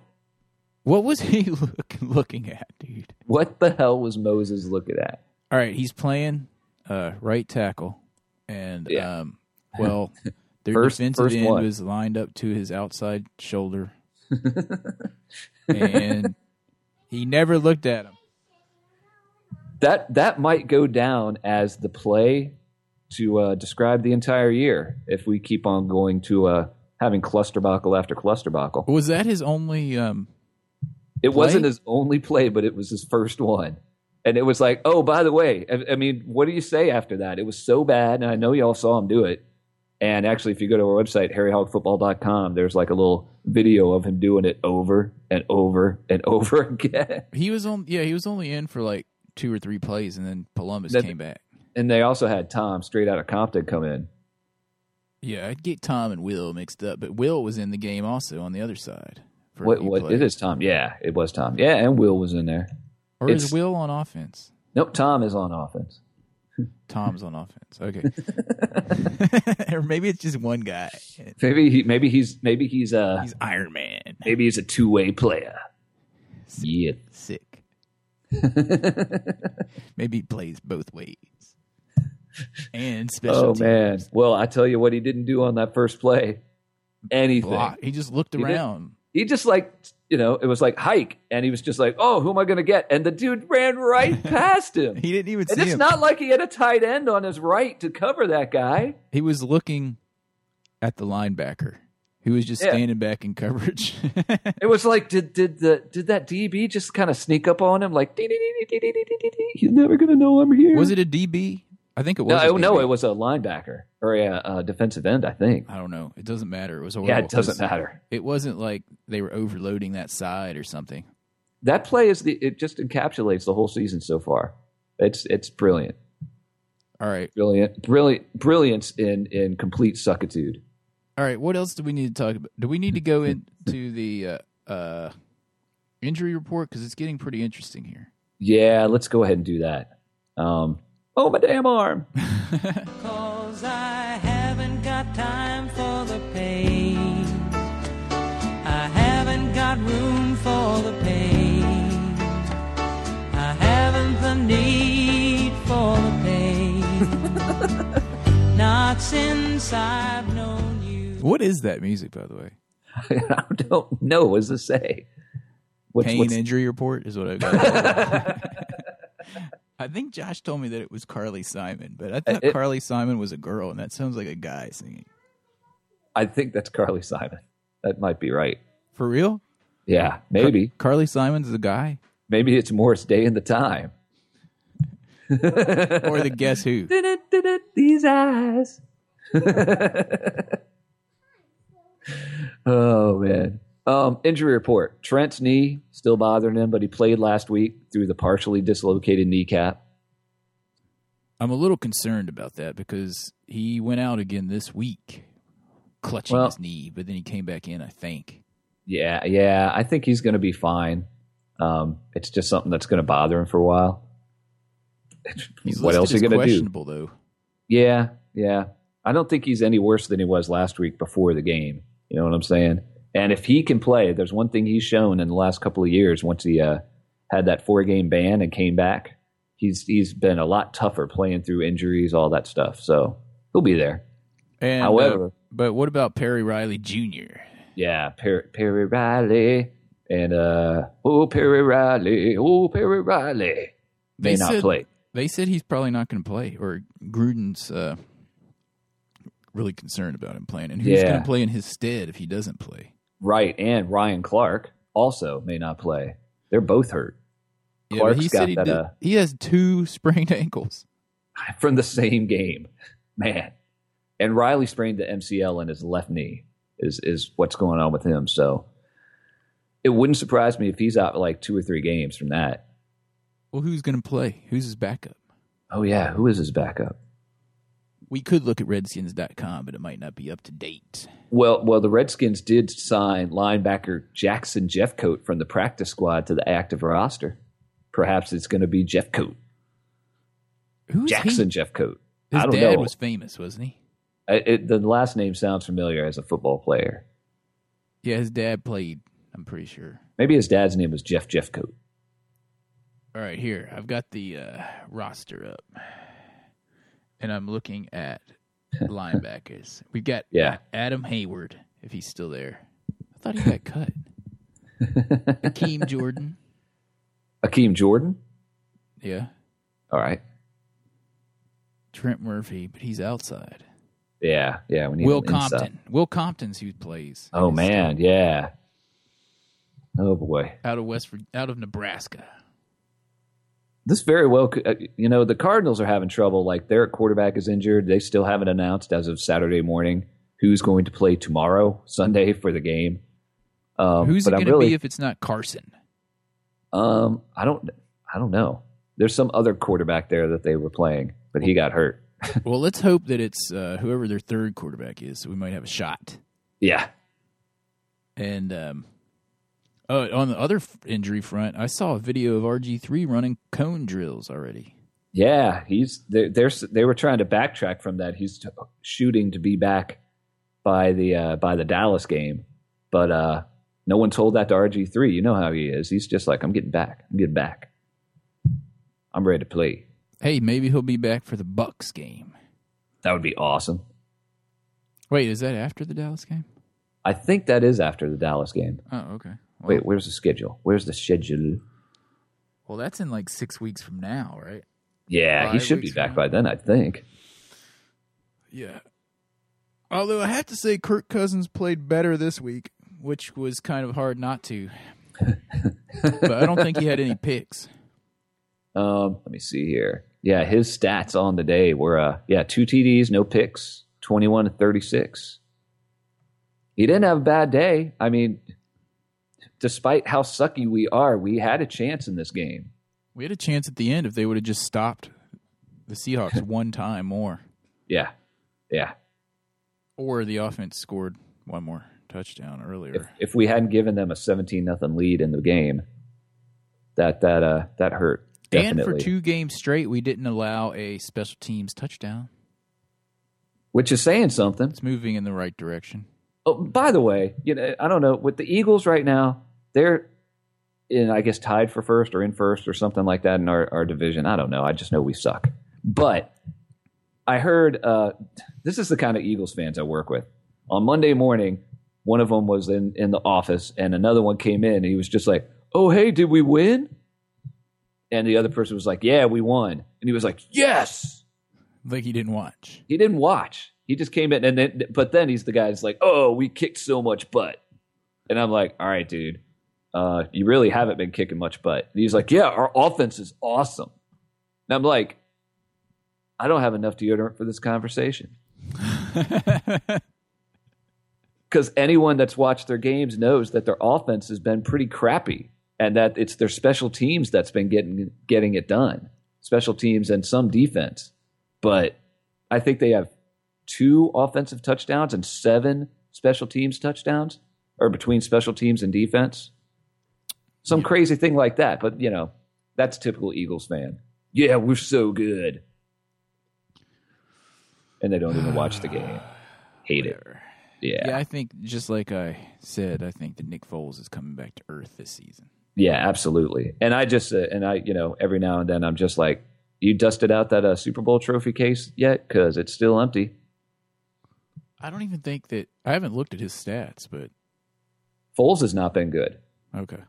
[SPEAKER 3] What was he look, looking at, dude?
[SPEAKER 4] What the hell was Moses looking at?
[SPEAKER 3] All right, he's playing uh, right tackle, and
[SPEAKER 4] Yeah.
[SPEAKER 3] um, well, their
[SPEAKER 4] First-
[SPEAKER 3] defensive
[SPEAKER 4] first
[SPEAKER 3] end
[SPEAKER 4] one.
[SPEAKER 3] was lined up to his outside shoulder, and he never looked at him.
[SPEAKER 4] That that might go down as the play to uh, describe the entire year if we keep on going to uh, having clusterbuckle after clusterbuckle.
[SPEAKER 3] Was that his only? Um,
[SPEAKER 4] It wasn't
[SPEAKER 3] Play?
[SPEAKER 4] his only play, but it was his first one. And it was like, oh, by the way, I, I mean, what do you say after that? It was so bad, and I know y'all saw him do it. And actually, if you go to our website, harryhogfootball.com, there's like a little video of him doing it over and over and over again.
[SPEAKER 3] he was on. Yeah, he was only in for like two or three plays, and then Columbus
[SPEAKER 4] That-
[SPEAKER 3] came back.
[SPEAKER 4] And they also had Tom straight out of Compton come in.
[SPEAKER 3] Yeah, I'd get Tom and Will mixed up, but Will was in the game also on the other side. For a
[SPEAKER 4] What,
[SPEAKER 3] few
[SPEAKER 4] what,
[SPEAKER 3] plays.
[SPEAKER 4] it is Tom. Yeah, it was Tom. Yeah, and Will was in there.
[SPEAKER 3] or is
[SPEAKER 4] it's-
[SPEAKER 3] Will on offense?
[SPEAKER 4] Nope, Tom is on offense.
[SPEAKER 3] Tom's on offense. Okay. or maybe it's just one guy.
[SPEAKER 4] Maybe he, maybe he's maybe he's uh
[SPEAKER 3] He's Iron Man.
[SPEAKER 4] maybe he's a two way player. Yeah.
[SPEAKER 3] Sick. Maybe he plays both ways. And special
[SPEAKER 4] Oh man. Well, I tell you what he didn't do on that first play. Anything.
[SPEAKER 3] block. He just looked
[SPEAKER 4] He did.
[SPEAKER 3] around.
[SPEAKER 4] He just like you know, it was like hike, and he was just like, "Oh, who am I going to get?" And the dude ran right past him.
[SPEAKER 3] He didn't even
[SPEAKER 4] and
[SPEAKER 3] see
[SPEAKER 4] it's
[SPEAKER 3] him.
[SPEAKER 4] not like he had a tight end on his right to cover that guy.
[SPEAKER 3] he was looking at the linebacker. He was just
[SPEAKER 4] Yeah.
[SPEAKER 3] standing back in coverage.
[SPEAKER 4] It was like, did did the did that DB just kind of sneak up on him? Like, "Dee, dee, dee, dee, dee, dee, dee, dee, dee. he's never going to know I'm here.
[SPEAKER 3] was it a DB? I think it was.
[SPEAKER 4] No,
[SPEAKER 3] a
[SPEAKER 4] no,
[SPEAKER 3] DB.
[SPEAKER 4] it was a linebacker or a, uh defensive end, I think.
[SPEAKER 3] I don't know. It doesn't matter. It was horrible.
[SPEAKER 4] Yeah, it doesn't
[SPEAKER 3] 'cause
[SPEAKER 4] matter.
[SPEAKER 3] It wasn't like they were overloading that side or something.
[SPEAKER 4] That play is the it just encapsulates the whole season so far. It's it's brilliant.
[SPEAKER 3] All right.
[SPEAKER 4] brilliant, brilliant, brilliance in in complete suckitude.
[SPEAKER 3] All right. What else do we need to talk about? Do we need to go into the uh, uh, injury report? Because it's getting pretty interesting here.
[SPEAKER 4] Yeah, let's go ahead and do that. Um, oh my damn arm!
[SPEAKER 5] Cause I haven't got time for the pain. I haven't got room for the pain. I haven't the need for the pain. Not since I've known you.
[SPEAKER 3] What is that music, by the way?
[SPEAKER 4] I don't know what to say. What's,
[SPEAKER 3] Pain
[SPEAKER 4] what's-
[SPEAKER 3] injury report is what I got. I think Josh told me that it was Carly Simon, but I thought
[SPEAKER 4] it-
[SPEAKER 3] Carly Simon was a girl, and that sounds like a guy singing.
[SPEAKER 4] I think that's Carly Simon. That might be right.
[SPEAKER 3] For real?
[SPEAKER 4] Yeah, maybe,
[SPEAKER 3] Carly Simon's a guy,
[SPEAKER 4] maybe it's Morris Day in the time.
[SPEAKER 3] or the Guess Who?
[SPEAKER 4] These eyes. oh man. Um, injury report. Trent's knee still bothering him, but he played last week through the partially dislocated kneecap.
[SPEAKER 3] I'm a little concerned about that because he went out again this week, clutching
[SPEAKER 4] Well-
[SPEAKER 3] his knee, but then he came back in. I think.
[SPEAKER 4] Yeah, yeah. I think he's going to be fine. Um, it's just something that's going to bother him for a while.
[SPEAKER 3] He's
[SPEAKER 4] what
[SPEAKER 3] listed
[SPEAKER 4] else are
[SPEAKER 3] as
[SPEAKER 4] you going to do?
[SPEAKER 3] questionable though.
[SPEAKER 4] Yeah, yeah. I don't think he's any worse than he was last week before the game. You know what I'm saying? And if he can play, there's one thing he's shown in the last couple of years. Once he uh, had that four game ban and came back, he's he's been a lot tougher playing through injuries, all that stuff. So he'll be there.
[SPEAKER 3] And, uh,
[SPEAKER 4] However-
[SPEAKER 3] but what about Perry Riley Jr.?
[SPEAKER 4] Yeah, Perry, Perry Riley and uh, oh Perry Riley, oh Perry Riley may not
[SPEAKER 3] said,
[SPEAKER 4] play.
[SPEAKER 3] They said he's probably not going to play, or Gruden's uh, really concerned about him playing. And who's
[SPEAKER 4] Yeah.
[SPEAKER 3] going to play in his stead if he doesn't play?
[SPEAKER 4] Right, and Ryan Clark also may not play. They're both hurt.
[SPEAKER 3] but
[SPEAKER 4] Clark's
[SPEAKER 3] he
[SPEAKER 4] got
[SPEAKER 3] he,
[SPEAKER 4] that,
[SPEAKER 3] did-
[SPEAKER 4] uh,
[SPEAKER 3] he has two sprained ankles.
[SPEAKER 4] from the same game. Man. And Riley sprained the MCL in his left knee is is what's going on with him. So it wouldn't surprise me if he's out like two or three games from that.
[SPEAKER 3] Well, who's going to play? Who's his backup?
[SPEAKER 4] Oh yeah, who is his backup?
[SPEAKER 3] We could look at Redskins.com, but it might not be up to date.
[SPEAKER 4] Well, well, the Redskins did sign linebacker Jackson Jeffcoat from the practice squad to the active roster. Perhaps it's going to be Jeffcoat,
[SPEAKER 3] Who's
[SPEAKER 4] Jackson
[SPEAKER 3] He?
[SPEAKER 4] Jeffcoat.
[SPEAKER 3] His
[SPEAKER 4] I don't
[SPEAKER 3] dad
[SPEAKER 4] know.
[SPEAKER 3] was famous, wasn't he?
[SPEAKER 4] I- it, the last name sounds familiar as a football player.
[SPEAKER 3] Yeah, his dad played. I'm pretty sure.
[SPEAKER 4] Maybe his dad's name was Jeff Jeffcoat.
[SPEAKER 3] All right, here I've got the uh, roster up, and I'm looking at linebackers. We've got
[SPEAKER 4] Yeah.
[SPEAKER 3] Adam Hayward, if he's still there. I thought he got cut. Akeem Jordan,
[SPEAKER 4] Akeem Jordan.
[SPEAKER 3] yeah.
[SPEAKER 4] All right.
[SPEAKER 3] Trent Murphy, but he's outside.
[SPEAKER 4] Yeah, yeah. We need
[SPEAKER 3] Will
[SPEAKER 4] an inside.
[SPEAKER 3] Compton. Will Compton's who plays.
[SPEAKER 4] Oh
[SPEAKER 3] He's
[SPEAKER 4] man, yeah. Oh boy,
[SPEAKER 3] out of West, Vir- out of Nebraska.
[SPEAKER 4] this very well. could- uh, You know, the Cardinals are having trouble. Like their quarterback is injured. They still haven't announced as of Saturday morning who's going to play tomorrow, Sunday for the game. Um,
[SPEAKER 3] Mm-hmm. Who's it
[SPEAKER 4] but
[SPEAKER 3] going
[SPEAKER 4] I'm
[SPEAKER 3] to
[SPEAKER 4] really,
[SPEAKER 3] be if it's not Carson?
[SPEAKER 4] um, I don't, I don't know. There's some other quarterback there that they were playing, but he got hurt.
[SPEAKER 3] Well, let's hope that it's uh, whoever their third quarterback is. We might have a shot.
[SPEAKER 4] Yeah,
[SPEAKER 3] And um, oh, on the other f- injury front, I saw a video of RG3 running cone drills already.
[SPEAKER 4] Yeah, he's they're, they're they were trying to backtrack from that. He's shooting to be back by the uh, by the Dallas game, but uh, no one told that to RG three. You know how he is. He's just like, I'm getting back. I'm getting back. I'm ready to play.
[SPEAKER 3] Hey, maybe he'll be back for the Bucks game.
[SPEAKER 4] That would be awesome.
[SPEAKER 3] Wait, is that after the Dallas game?
[SPEAKER 4] I think that is after the Dallas game.
[SPEAKER 3] Oh, okay. Well,
[SPEAKER 4] Wait, where's the schedule? Where's the schedule?
[SPEAKER 3] well, that's in like six weeks from now, right?
[SPEAKER 4] Yeah, he
[SPEAKER 3] Five
[SPEAKER 4] should be
[SPEAKER 3] weeks
[SPEAKER 4] back
[SPEAKER 3] from
[SPEAKER 4] by then, I think.
[SPEAKER 3] Yeah. Although I have to say, Kirk Cousins played better this week, which was kind of hard not to. but I don't think he had any picks.
[SPEAKER 4] Um, let me see here. Yeah, his stats on the day were uh yeah, two TDs, no picks, 21 to 36. He didn't have a bad day. I mean, despite how sucky we are, we had a chance in this game.
[SPEAKER 3] We had a chance at the end if they would have just stopped the Seahawks one time more,
[SPEAKER 4] Yeah. Yeah.
[SPEAKER 3] or the offense scored one more touchdown earlier.
[SPEAKER 4] If we hadn't given them a 17 nothing lead in the game, that that uh that hurt.
[SPEAKER 3] And
[SPEAKER 4] Definitely.
[SPEAKER 3] for two games straight, we didn't allow a special teams touchdown.
[SPEAKER 4] Which is saying something.
[SPEAKER 3] It's moving in the right direction.
[SPEAKER 4] Oh, by the way, you know, I don't know with the Eagles right now, they're in, I guess, tied for first or in first or something like that in our, our division. I don't know. I just know we suck. But I heard uh, this is the kind of Eagles fans I work with. On Monday morning, one of them was in, in the office and another one came in and he was just like, Oh, hey, did we win? And the other person was like, Yeah, we won. And he was like, Yes
[SPEAKER 3] Like he didn't watch.
[SPEAKER 4] he didn't watch. He just came in and then, but then he's the guy that's like, oh, we kicked so much butt, and I'm like, all right, dude, uh, you really haven't been kicking much butt. And he's like, yeah, our offense is awesome, and I'm like, I don't have enough deodorant for this conversation because anyone that's watched their games knows that their offense has been pretty crappy and that it's their special teams that's been getting getting it done. Special teams and some defense. But I think they have two offensive touchdowns and seven special teams touchdowns or between special teams and defense. Some crazy thing like that, but you know, that's typical Eagles fan. Yeah, we're so good. And they don't even watch the game. Hate it.
[SPEAKER 3] Yeah, I think just like I said, I think that Nick Foles is coming back to earth this season.
[SPEAKER 4] Yeah, absolutely. And I just uh, and I, you know, every now and then I'm just like, you dusted out that uh, Super Bowl trophy case yet? Because it's still empty.
[SPEAKER 3] I don't even think that I haven't looked at his stats, but
[SPEAKER 4] Foles has not been good.
[SPEAKER 3] okay.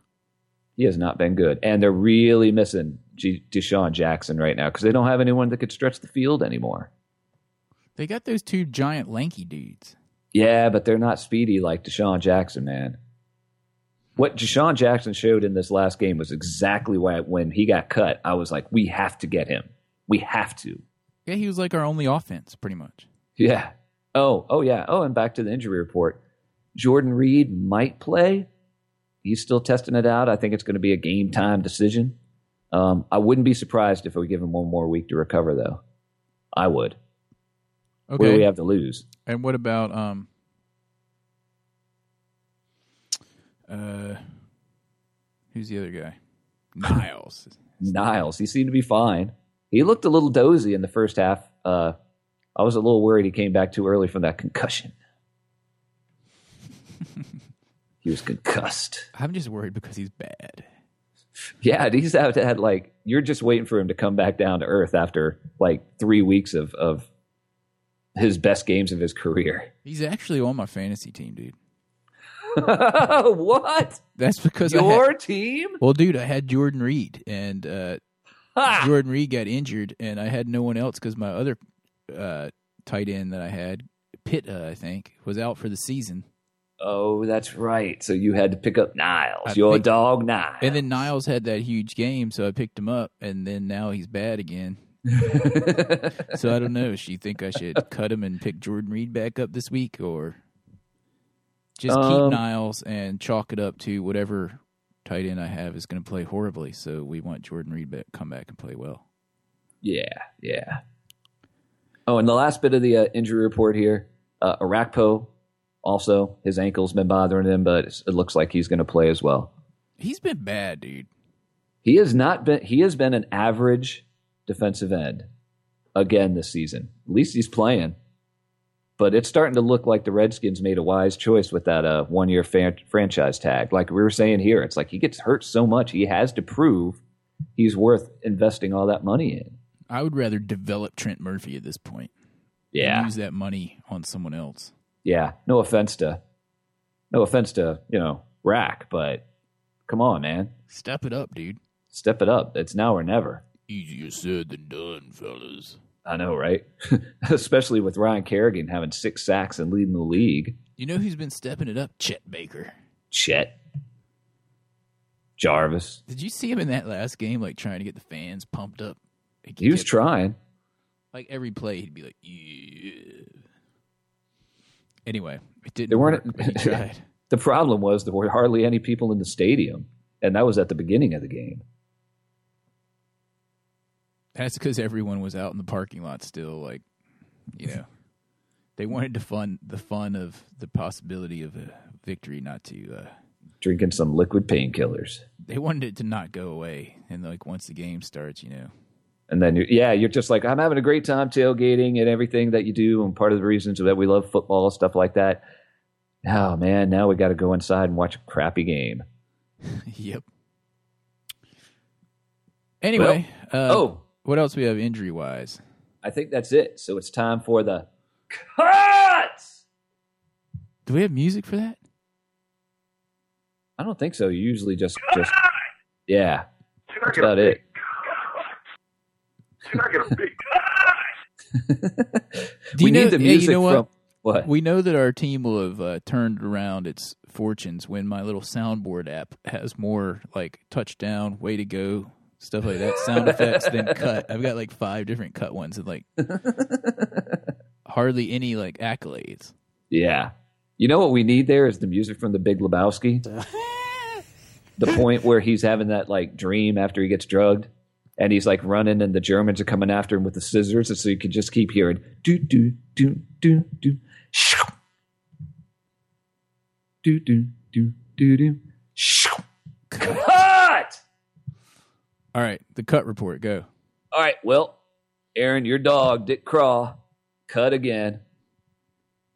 [SPEAKER 4] He has not been good, and they're really missing G- Deshaun Jackson right now because they don't have anyone that could stretch the field anymore.
[SPEAKER 3] They got those two giant lanky dudes.
[SPEAKER 4] Yeah, but they're not speedy like Deshaun Jackson, man. What Deshaun Jackson showed in this last game was exactly why when he got cut, I was like, we have to get him. We have to.
[SPEAKER 3] Yeah, he was like our only offense, pretty much.
[SPEAKER 4] Yeah. Oh, oh yeah. Oh, and back to the injury report. Jordan Reed might play. He's still testing it out. I think it's going to be a game time decision. Um, I wouldn't be surprised if we give him one more week to recover, though. I would. What do
[SPEAKER 3] Okay.
[SPEAKER 4] we have to lose?
[SPEAKER 3] And what about um uh who's the other guy? Niles.
[SPEAKER 4] Niles. He seemed to be fine. He looked a little dozy in the first half. Uh, I was a little worried he came back too early from that concussion. he was concussed.
[SPEAKER 3] I'm just worried because he's bad.
[SPEAKER 4] Yeah, he's had, had like you're just waiting for him to come back down to earth after like three weeks of of his best games of his career.
[SPEAKER 3] He's actually on my fantasy team, dude.
[SPEAKER 4] what
[SPEAKER 3] That's because I had,
[SPEAKER 4] your team?
[SPEAKER 3] well, dude, I had Jordan Reed, and uh,
[SPEAKER 4] Ha!
[SPEAKER 3] Jordan Reed got injured, and I had no one else because my other uh, tight end that I had, Pitta, I think, was out for the season,
[SPEAKER 4] Oh, that's right. So you had to pick up Niles,
[SPEAKER 3] I
[SPEAKER 4] your
[SPEAKER 3] picked-
[SPEAKER 4] dog Niles.
[SPEAKER 3] and then Niles had that huge game, so I picked him up, and then now he's bad again. so I don't know. Should you think I should cut him and pick Jordan Reed back up this week, or just
[SPEAKER 4] Um,
[SPEAKER 3] keep Niles and chalk it up to whatever tight end I have is going to play horribly? So we want Jordan Reed back, come back and play well.
[SPEAKER 4] Yeah, yeah. Oh, and the last bit of the uh, injury report here, uh, Arakpo. Also, his ankle's been bothering him, but it's- it looks like he's going to play as well.
[SPEAKER 3] He's been bad, dude.
[SPEAKER 4] He has not been. He has been an average defensive end again this season. At least he's playing. But it's starting to look like the Redskins made a wise choice with that uh, one-year fran- franchise tag. Like we were saying here, it's like he gets hurt so much, he has to prove he's worth investing all that money in.
[SPEAKER 3] I would rather develop Trent Murphy at this point. and
[SPEAKER 4] Yeah,
[SPEAKER 3] Use that money on someone else.
[SPEAKER 4] yeah. No offense to, no offense to you know Rack, but come on, man,
[SPEAKER 3] Step it up, dude.
[SPEAKER 4] step it up. It's now or never.
[SPEAKER 3] Easier said than done, fellas.
[SPEAKER 4] I know, right? Especially with Ryan Kerrigan having six sacks and leading the league.
[SPEAKER 3] You know who's been stepping it up? Chet Baker.
[SPEAKER 4] Chet, Jarvis,
[SPEAKER 3] Did you see him in that last game, like trying to get the fans pumped up? Like,
[SPEAKER 4] he was
[SPEAKER 3] kept-
[SPEAKER 4] trying.
[SPEAKER 3] Like every play, he'd be like, yeah. Anyway, it didn't
[SPEAKER 4] There weren't-
[SPEAKER 3] work, but he tried.
[SPEAKER 4] The problem was there were hardly any people in the stadium, and that was at the beginning of the game.
[SPEAKER 3] That's because everyone was out in the parking lot still, like, you know, they wanted to fun the fun of the possibility of a victory, not to. Uh,
[SPEAKER 4] Drinking some liquid painkillers,
[SPEAKER 3] they wanted it to not go away, and like once the game starts, you know,
[SPEAKER 4] and then you yeah, you're just like I'm having a great time tailgating and everything that you do, and part of the reasons that we love football stuff like that. Oh man, now we got to go inside and watch a crappy game.
[SPEAKER 3] yep. Anyway, uh,
[SPEAKER 4] oh,
[SPEAKER 3] what else we have injury wise?
[SPEAKER 4] I think that's it. So it's time for the cuts.
[SPEAKER 3] Do we have music for that?
[SPEAKER 4] I don't think so. You usually just just yeah. That's about it.
[SPEAKER 3] Do
[SPEAKER 4] we
[SPEAKER 3] you know-
[SPEAKER 4] need the
[SPEAKER 3] yeah, you
[SPEAKER 4] music
[SPEAKER 3] know what?
[SPEAKER 4] from what?
[SPEAKER 3] We know that our team will have uh, turned around its fortunes when my little soundboard app has more like touchdown, way to go, stuff like that, sound effects than cut. I've got like five different cut ones and like hardly any like accolades.
[SPEAKER 4] Yeah. You know what we need there is the music from the Big Lebowski. the point where he's having that like dream after he gets drugged and he's like running and the Germans are coming after him with the scissors and so you can just keep hearing do do do do do shoo. do do do do do shoo. cut.
[SPEAKER 3] All right, the cut report go.
[SPEAKER 4] All right, well, Aaron, your dog Dick Craw cut again.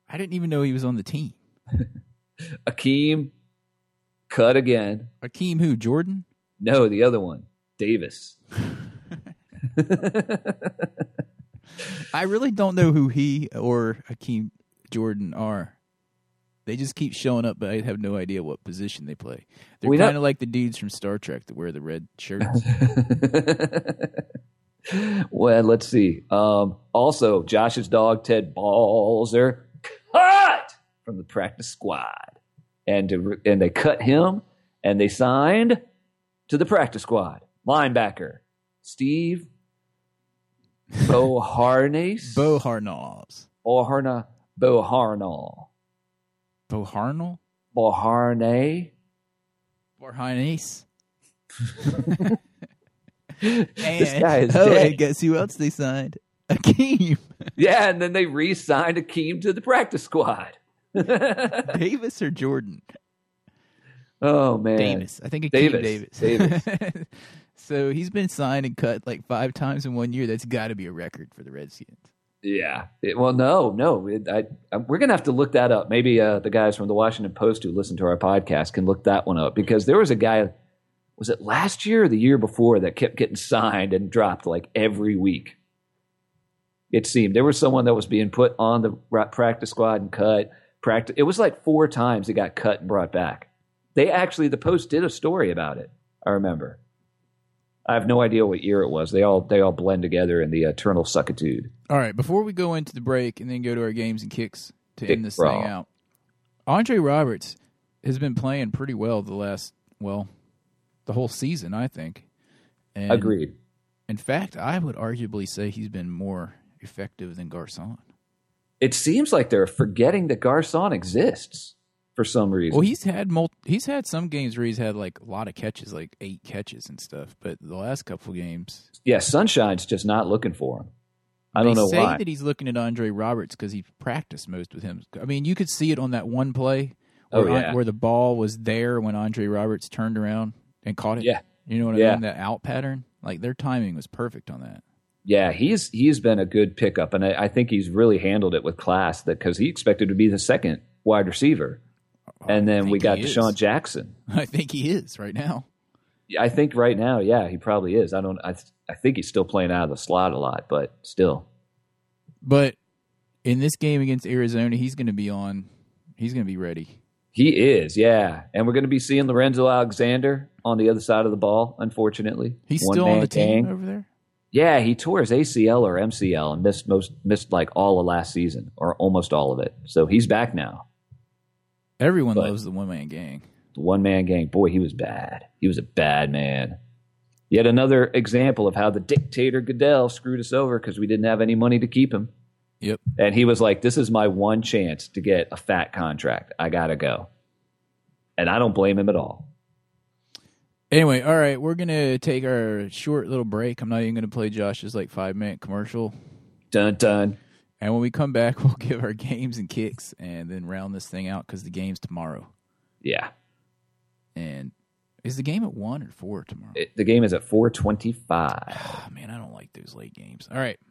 [SPEAKER 3] I didn't even know he was on the team.
[SPEAKER 4] Akeem cut again.
[SPEAKER 3] Akeem who? Jordan?
[SPEAKER 4] No, the other one, Davis.
[SPEAKER 3] I really don't know who he or Akeem Jordan are. They just keep showing up, but I have no idea what position they play. They're
[SPEAKER 4] We don't-
[SPEAKER 3] kind of like the dudes from Star Trek that wear the red shirts.
[SPEAKER 4] well, let's see. Um, also, Josh's dog Ted Balzer cut from the practice squad, and to, and they cut him, and they signed to the practice squad linebacker Steve Boharnase
[SPEAKER 3] Bo Harnals.
[SPEAKER 4] Boharna Boharnal
[SPEAKER 3] Bo Harnal?
[SPEAKER 4] Boharnay.
[SPEAKER 3] Barhines.
[SPEAKER 4] This guy is
[SPEAKER 3] oh,
[SPEAKER 4] dead.
[SPEAKER 3] and guess who else they signed? Akeem
[SPEAKER 4] Yeah, and then they re-signed Akeem to the practice squad.
[SPEAKER 3] Davis or Jordan?
[SPEAKER 4] Oh man,
[SPEAKER 3] Davis. I think Akeem
[SPEAKER 4] Davis.
[SPEAKER 3] Davis. so he's been signed and cut like five times in one year. That's got to be a record for the Redskins.
[SPEAKER 4] Yeah. It- well, no, no. It, I, I, we're gonna have to look that up. Maybe uh, the guys from the Washington Post who listen to our podcast can look that one up because there was a guy. Was it last year or the year before that kept getting signed and dropped like every week? It seemed there was someone that was being put on the ra- practice squad and cut. Practice. It was like four times he got cut and brought back. They actually, the Post did a story about it. I remember. I have no idea what year it was. They all they all blend together in the eternal suckitude.
[SPEAKER 3] All right, before we go into the break and then go to our games and kicks to
[SPEAKER 4] Kick
[SPEAKER 3] end this
[SPEAKER 4] raw.
[SPEAKER 3] thing out, Andre Roberts has been playing pretty well the last, well, the whole season, I think. And
[SPEAKER 4] Agreed.
[SPEAKER 3] In fact, I would arguably say he's been more effective than Garcon.
[SPEAKER 4] It seems like they're forgetting that Garcon exists for some reason.
[SPEAKER 3] Well, he's had mul- he's had some games where he's had like a lot of catches, like eight catches and stuff. But the last couple games,
[SPEAKER 4] yeah, Sunshine's just not looking for him. I don't
[SPEAKER 3] they
[SPEAKER 4] know
[SPEAKER 3] say
[SPEAKER 4] why.
[SPEAKER 3] that he's looking at Andre Roberts because he practiced most with him. I mean, you could see it on that one play
[SPEAKER 4] Oh,
[SPEAKER 3] where, An-
[SPEAKER 4] yeah.
[SPEAKER 3] where the ball was there when Andre Roberts turned around and caught it.
[SPEAKER 4] Yeah.
[SPEAKER 3] You know what I
[SPEAKER 4] Yeah.
[SPEAKER 3] mean? That out pattern. Like their timing was perfect on that.
[SPEAKER 4] Yeah, he's he's been a good pickup, and I, I think he's really handled it with class. That because he expected to be the second wide receiver, and
[SPEAKER 3] I
[SPEAKER 4] then we
[SPEAKER 3] think
[SPEAKER 4] got
[SPEAKER 3] he is.
[SPEAKER 4] Deshaun Jackson.
[SPEAKER 3] I think he is right now.
[SPEAKER 4] I think right now, yeah, he probably is. I don't. I th- I think he's still playing out of the slot a lot, but still,
[SPEAKER 3] But in this game against Arizona, he's going to be on. He's going to be ready.
[SPEAKER 4] he is. Yeah, and we're going to be seeing Lorenzo Alexander on the other side of the ball. Unfortunately,
[SPEAKER 3] He's still on
[SPEAKER 4] One-man
[SPEAKER 3] the team
[SPEAKER 4] gang.
[SPEAKER 3] over there.
[SPEAKER 4] Yeah, he tore his ACL or MCL and missed most missed like all of last season or almost all of it. So he's back now.
[SPEAKER 3] Everyone
[SPEAKER 4] But-
[SPEAKER 3] loves the one man gang.
[SPEAKER 4] The one man gang. Boy, he was bad. He was a bad man. Yet another example of how the dictator Goodell screwed us over because we didn't have any money to keep him.
[SPEAKER 3] Yep.
[SPEAKER 4] And he was like, This is my one chance to get a fat contract. I gotta go. And I don't blame him at all.
[SPEAKER 3] Anyway, all right, we're gonna take our short little break. I'm not even gonna play Josh's like five minute commercial.
[SPEAKER 4] Dun dun.
[SPEAKER 3] And when we come back, we'll give our games and kicks, and then round this thing out because the game's tomorrow.
[SPEAKER 4] Yeah.
[SPEAKER 3] And is the game at one or four tomorrow?
[SPEAKER 4] It- the game is at four twenty five.
[SPEAKER 3] Ah, man, I don't like those late games. All right.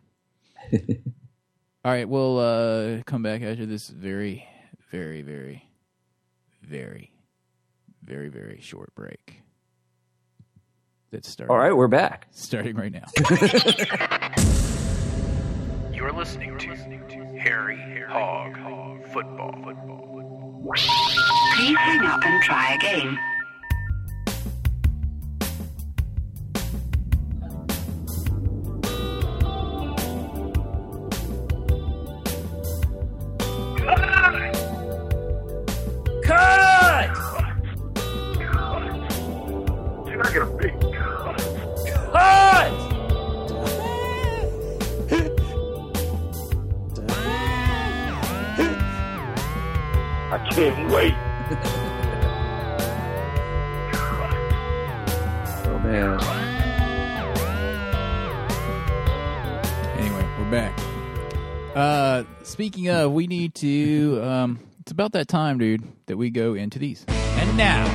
[SPEAKER 3] All right, we'll uh, come back after this very, very, very, very, very, very short break. That's starting.
[SPEAKER 4] All right, we're back.
[SPEAKER 3] starting right now.
[SPEAKER 6] You're listening to Harry Hog Football. Football.
[SPEAKER 7] Please hang up and try again.
[SPEAKER 6] You're not gonna be. I can't wait.
[SPEAKER 4] Oh man.
[SPEAKER 3] Anyway, we're back. Uh, speaking of, we need to. Um, it's about that time, dude, that we go into these.
[SPEAKER 5] And now,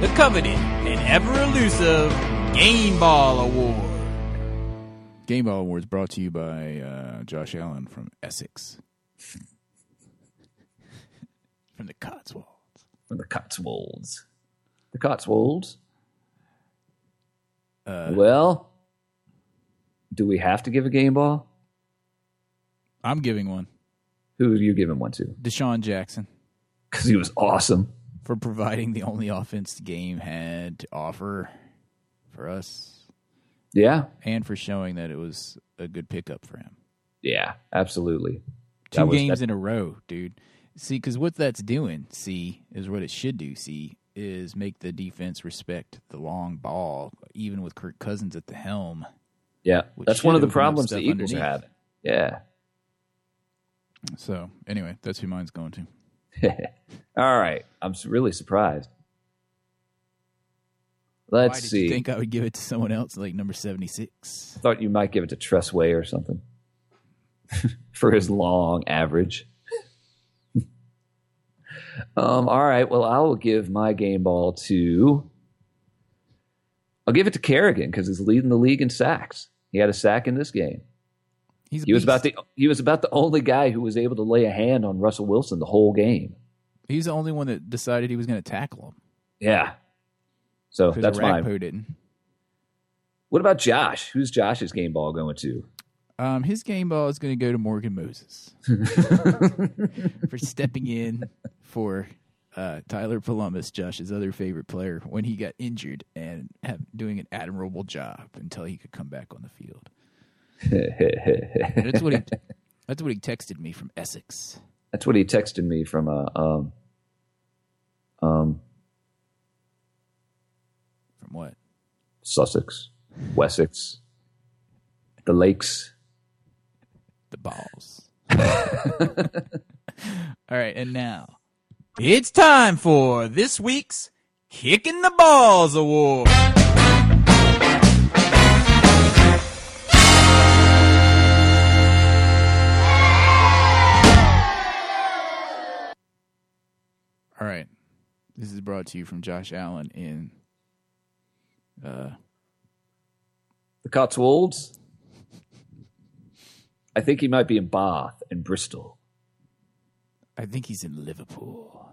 [SPEAKER 5] the coveted and ever elusive Game Ball Award.
[SPEAKER 3] Game Ball Awards brought to you by uh, Josh Allen from Essex, from the Cotswolds.
[SPEAKER 4] From the Cotswolds. The Cotswolds.
[SPEAKER 3] Uh,
[SPEAKER 4] well, do we have to give a game ball?
[SPEAKER 3] I'm giving one.
[SPEAKER 4] Who are you giving one to?
[SPEAKER 3] Deshaun Jackson
[SPEAKER 4] Because he was awesome.
[SPEAKER 3] for providing the only offense the game had to offer for us,
[SPEAKER 4] Yeah.
[SPEAKER 3] and for showing that it was a good pickup for him.
[SPEAKER 4] Yeah. Absolutely.
[SPEAKER 3] two
[SPEAKER 4] That was-
[SPEAKER 3] games
[SPEAKER 4] that-
[SPEAKER 3] in a row, dude. See, because what that's doing, see, is what it should do. See, is make the defense respect the long ball, even with Kirk Cousins at the helm.
[SPEAKER 4] Yeah.
[SPEAKER 3] Which
[SPEAKER 4] That's one of
[SPEAKER 3] should
[SPEAKER 4] the
[SPEAKER 3] open up
[SPEAKER 4] problems the
[SPEAKER 3] stuff
[SPEAKER 4] Eagles are
[SPEAKER 3] underneath.
[SPEAKER 4] having. Yeah.
[SPEAKER 3] So, anyway, that's who mine's going to.
[SPEAKER 4] All right. I'm s- really surprised. Let's
[SPEAKER 3] Why did
[SPEAKER 4] see.
[SPEAKER 3] you think I would give it to someone else, like number seventy-six?
[SPEAKER 4] I thought you might give it to Tressway or something for his long average. um, all right. Well, I will give my game ball to. I'll give it to Kerrigan because he's leading the league in sacks. He had a sack in this game.
[SPEAKER 3] He's a
[SPEAKER 4] He was about
[SPEAKER 3] beast.
[SPEAKER 4] the he was about the only guy who was able to lay a hand on Russell Wilson the whole game.
[SPEAKER 3] He's the only one that decided he was going to tackle him
[SPEAKER 4] Yeah. So
[SPEAKER 3] because
[SPEAKER 4] that's fine.
[SPEAKER 3] Ragpo didn't.
[SPEAKER 4] What about Josh? Who's Josh's game ball going to?
[SPEAKER 3] Um, his game ball is going to go to Morgan Moses for stepping in for uh, Tyler Palumbus, Josh's other favorite player, when he got injured and have, doing an admirable job until he could come back on the field. That's what he. That's what he texted me from Essex.
[SPEAKER 4] That's what he texted me from uh, um um
[SPEAKER 3] From what?
[SPEAKER 4] Sussex, Wessex, the Lakes.
[SPEAKER 3] The balls. All right, and now it's time for
[SPEAKER 5] This week's Kicking the Balls Award.
[SPEAKER 3] All right. This is brought to you from Josh Allen in
[SPEAKER 4] The Cotswolds. I think he might be in Bath and Bristol.
[SPEAKER 3] I think he's in Liverpool.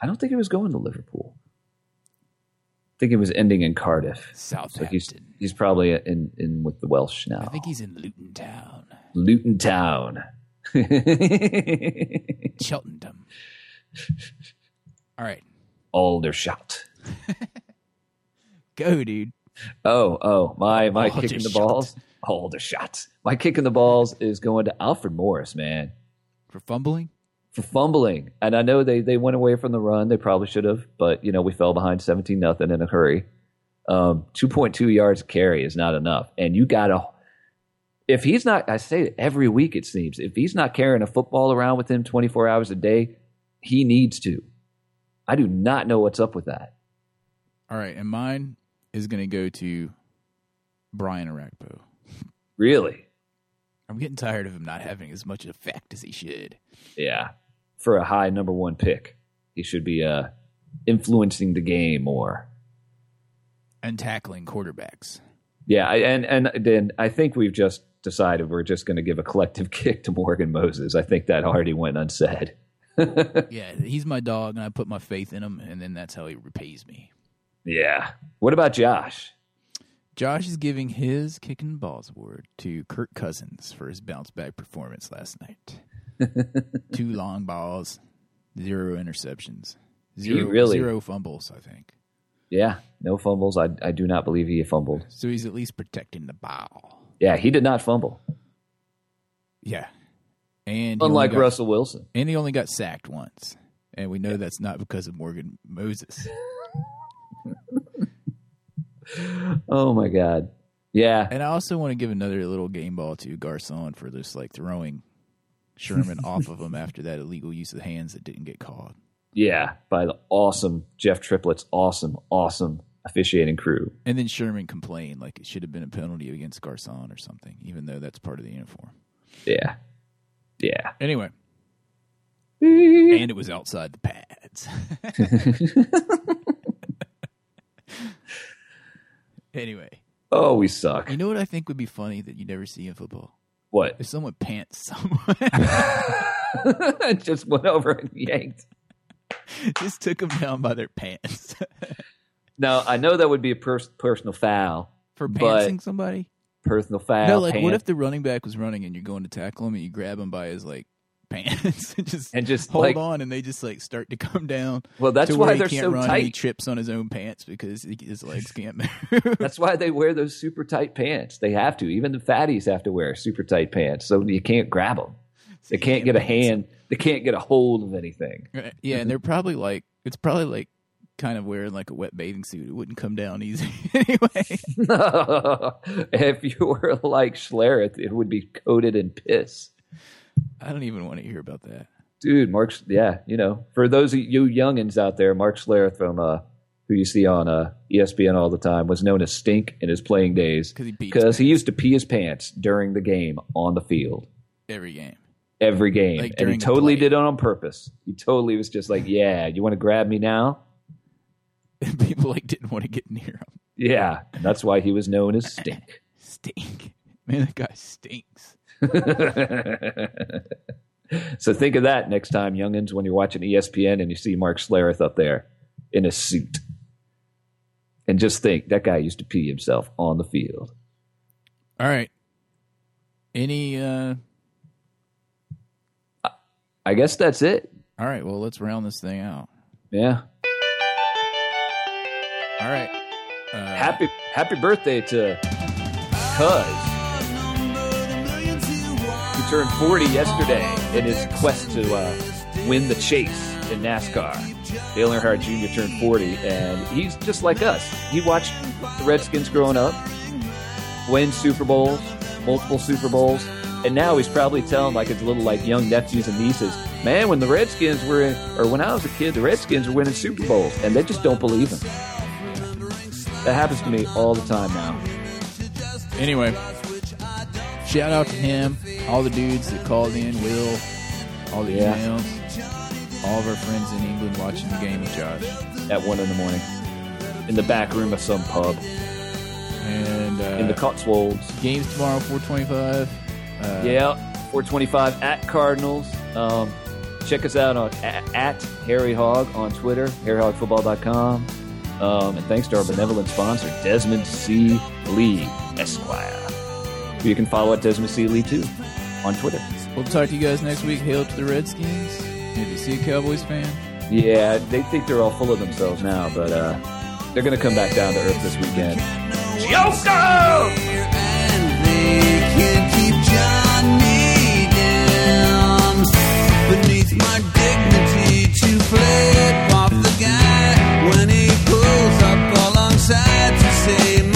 [SPEAKER 4] I don't think he was going to Liverpool. I think he was ending in Cardiff. So he's
[SPEAKER 3] Southampton.
[SPEAKER 4] he's probably in in with the Welsh now.
[SPEAKER 3] I think he's in Luton Town,
[SPEAKER 4] Luton Town.
[SPEAKER 3] Cheltenham. All right,
[SPEAKER 4] Aldershot.
[SPEAKER 3] go, dude.
[SPEAKER 4] Oh, oh, my my
[SPEAKER 3] Aldershot.
[SPEAKER 4] kicking the balls. Aldershot. My kicking the balls is going to Alfred Morris, man.
[SPEAKER 3] For fumbling,
[SPEAKER 4] for fumbling. And I know they they went away from the run. They probably should have, but you know we fell behind seventeen nothing in a hurry. Um, two point two yards a carry is not enough, and you gotta. If he's not, I say it every week it seems. If he's not carrying a football around with him twenty four hours a day, he needs to. I do not know what's up with that.
[SPEAKER 3] All right, and mine is going to go to Brian Arakpo.
[SPEAKER 4] Really,
[SPEAKER 3] I'm getting tired of him not having as much effect as he should.
[SPEAKER 4] yeah. For a high number one pick, he should be uh, influencing the game more.
[SPEAKER 3] And tackling quarterbacks.
[SPEAKER 4] Yeah, I- and and then I think we've just decided we're just going to give a collective kick to Morgan Moses. I think that already went unsaid.
[SPEAKER 3] Yeah, he's my dog, and I put my faith in him, and then that's how he repays me.
[SPEAKER 4] Yeah. What about Josh?
[SPEAKER 3] Josh is giving his kicking balls award to Kirk Cousins for his bounce back performance last night. Two long balls, zero interceptions, zero,
[SPEAKER 4] really-
[SPEAKER 3] zero fumbles, I think.
[SPEAKER 4] Yeah, no fumbles. I I do not believe he fumbled.
[SPEAKER 3] So he's at least protecting the ball.
[SPEAKER 4] Yeah, he did not fumble.
[SPEAKER 3] Yeah. And he only
[SPEAKER 4] Unlike
[SPEAKER 3] got-
[SPEAKER 4] Russell Wilson.
[SPEAKER 3] And he only got sacked once. And we know that's not because of Morgan Moses.
[SPEAKER 4] Oh my god. Yeah.
[SPEAKER 3] And I also want to give another little game ball to Garcon for just like throwing Sherman off of him after that illegal use of hands that didn't get called.
[SPEAKER 4] Yeah, by the awesome Jeff Triplett's awesome awesome officiating crew.
[SPEAKER 3] And then Sherman complained like it should have been a penalty against Garcon or something, even though that's part of the uniform.
[SPEAKER 4] Yeah. Yeah.
[SPEAKER 3] Anyway. and it was outside the pads. anyway,
[SPEAKER 4] Oh, we suck.
[SPEAKER 3] you know what I think would be funny that you never see in football?
[SPEAKER 4] What?
[SPEAKER 3] If someone pants someone,
[SPEAKER 4] just went over and yanked.
[SPEAKER 3] just took them down by their pants
[SPEAKER 4] Now, I know that would be a pers- personal foul.
[SPEAKER 3] for
[SPEAKER 4] But-
[SPEAKER 3] pantsing somebody.
[SPEAKER 4] personal foul.
[SPEAKER 3] No, like what
[SPEAKER 4] pant,
[SPEAKER 3] if the running back was running and you're going to tackle him and you grab him by his like pants and just
[SPEAKER 4] and just
[SPEAKER 3] hold
[SPEAKER 4] like
[SPEAKER 3] on and they just like start to come down.
[SPEAKER 4] well, that's
[SPEAKER 3] to where
[SPEAKER 4] why
[SPEAKER 3] he
[SPEAKER 4] they're
[SPEAKER 3] can't
[SPEAKER 4] so
[SPEAKER 3] run and he
[SPEAKER 4] tight.
[SPEAKER 3] trips on his own pants because he- his legs can't move.
[SPEAKER 4] That's why they wear those super tight pants. They have to. Even the fatties have to wear super tight pants, so you can't grab them. They can't get a hand. They can't get a hold of anything.
[SPEAKER 3] Right. Uh, Yeah, and they're probably like it's probably like kind of wearing like a wet bathing suit. It wouldn't come down easy anyway.
[SPEAKER 4] if you were like Schlereth, it would be coated in piss.
[SPEAKER 3] I don't even want to hear about that.
[SPEAKER 4] Dude, Mark. Yeah, you know, for those of you youngins out there, Mark Schlereth from uh, who you see on uh, ESPN all the time was known as Stink in his playing days
[SPEAKER 3] 'Cause he peed his
[SPEAKER 4] because he used to pee his pants during the game on the field.
[SPEAKER 3] Every game.
[SPEAKER 4] every game.
[SPEAKER 3] Like
[SPEAKER 4] and
[SPEAKER 3] during
[SPEAKER 4] he
[SPEAKER 3] a
[SPEAKER 4] totally
[SPEAKER 3] play.
[SPEAKER 4] did it on purpose. He totally was just like, yeah, you want to grab me now?
[SPEAKER 3] And people like didn't want to get near him.
[SPEAKER 4] Yeah. And that's why he was known as Stink.
[SPEAKER 3] Stink. Man, that guy stinks.
[SPEAKER 4] so think of that next time, youngins, when you're watching E ESPN and you see Mark Slareth up there in a suit. And just think that guy used to pee himself on the field.
[SPEAKER 3] All right. Any uh
[SPEAKER 4] I guess that's it.
[SPEAKER 3] all right, well let's round this thing out.
[SPEAKER 4] Yeah.
[SPEAKER 3] All right. Uh,
[SPEAKER 4] Happy happy birthday to Cuz. He turned 40 yesterday in his quest to uh, win the chase in NASCAR. Dale Earnhardt Jr. turned 40, and he's just like us. He watched the Redskins growing up, win Super Bowls, multiple Super Bowls, and now he's probably telling like his little like young nephews and nieces, man, when the Redskins were in, or when I was a kid, the Redskins were winning Super Bowls, and they just don't believe him. That happens to me all the time now.
[SPEAKER 3] Anyway, shout out to him, all the dudes that called in, Will, all the
[SPEAKER 4] Yeah.
[SPEAKER 3] emails, all of our friends in England watching the game with Josh.
[SPEAKER 4] At one in the morning, in the back room of some pub
[SPEAKER 3] And uh,
[SPEAKER 4] in the Cotswolds.
[SPEAKER 3] games tomorrow, 425. Uh,
[SPEAKER 4] yeah, 425 at Cardinals. Um, check us out on at, at Harry Hog on Twitter, harryhogfootball.com. Um, and thanks to our benevolent sponsor, Desmond C. Lee, Esquire. who You can follow at Desmond C. Lee, too, on Twitter.
[SPEAKER 3] We'll talk to you guys next week. Hail to the Redskins. If you see a Cowboys fan,
[SPEAKER 4] Yeah, they think they're all full of themselves now, but uh, they're going to come back down to earth this weekend.
[SPEAKER 5] Play it off the guy when he pulls up alongside to say.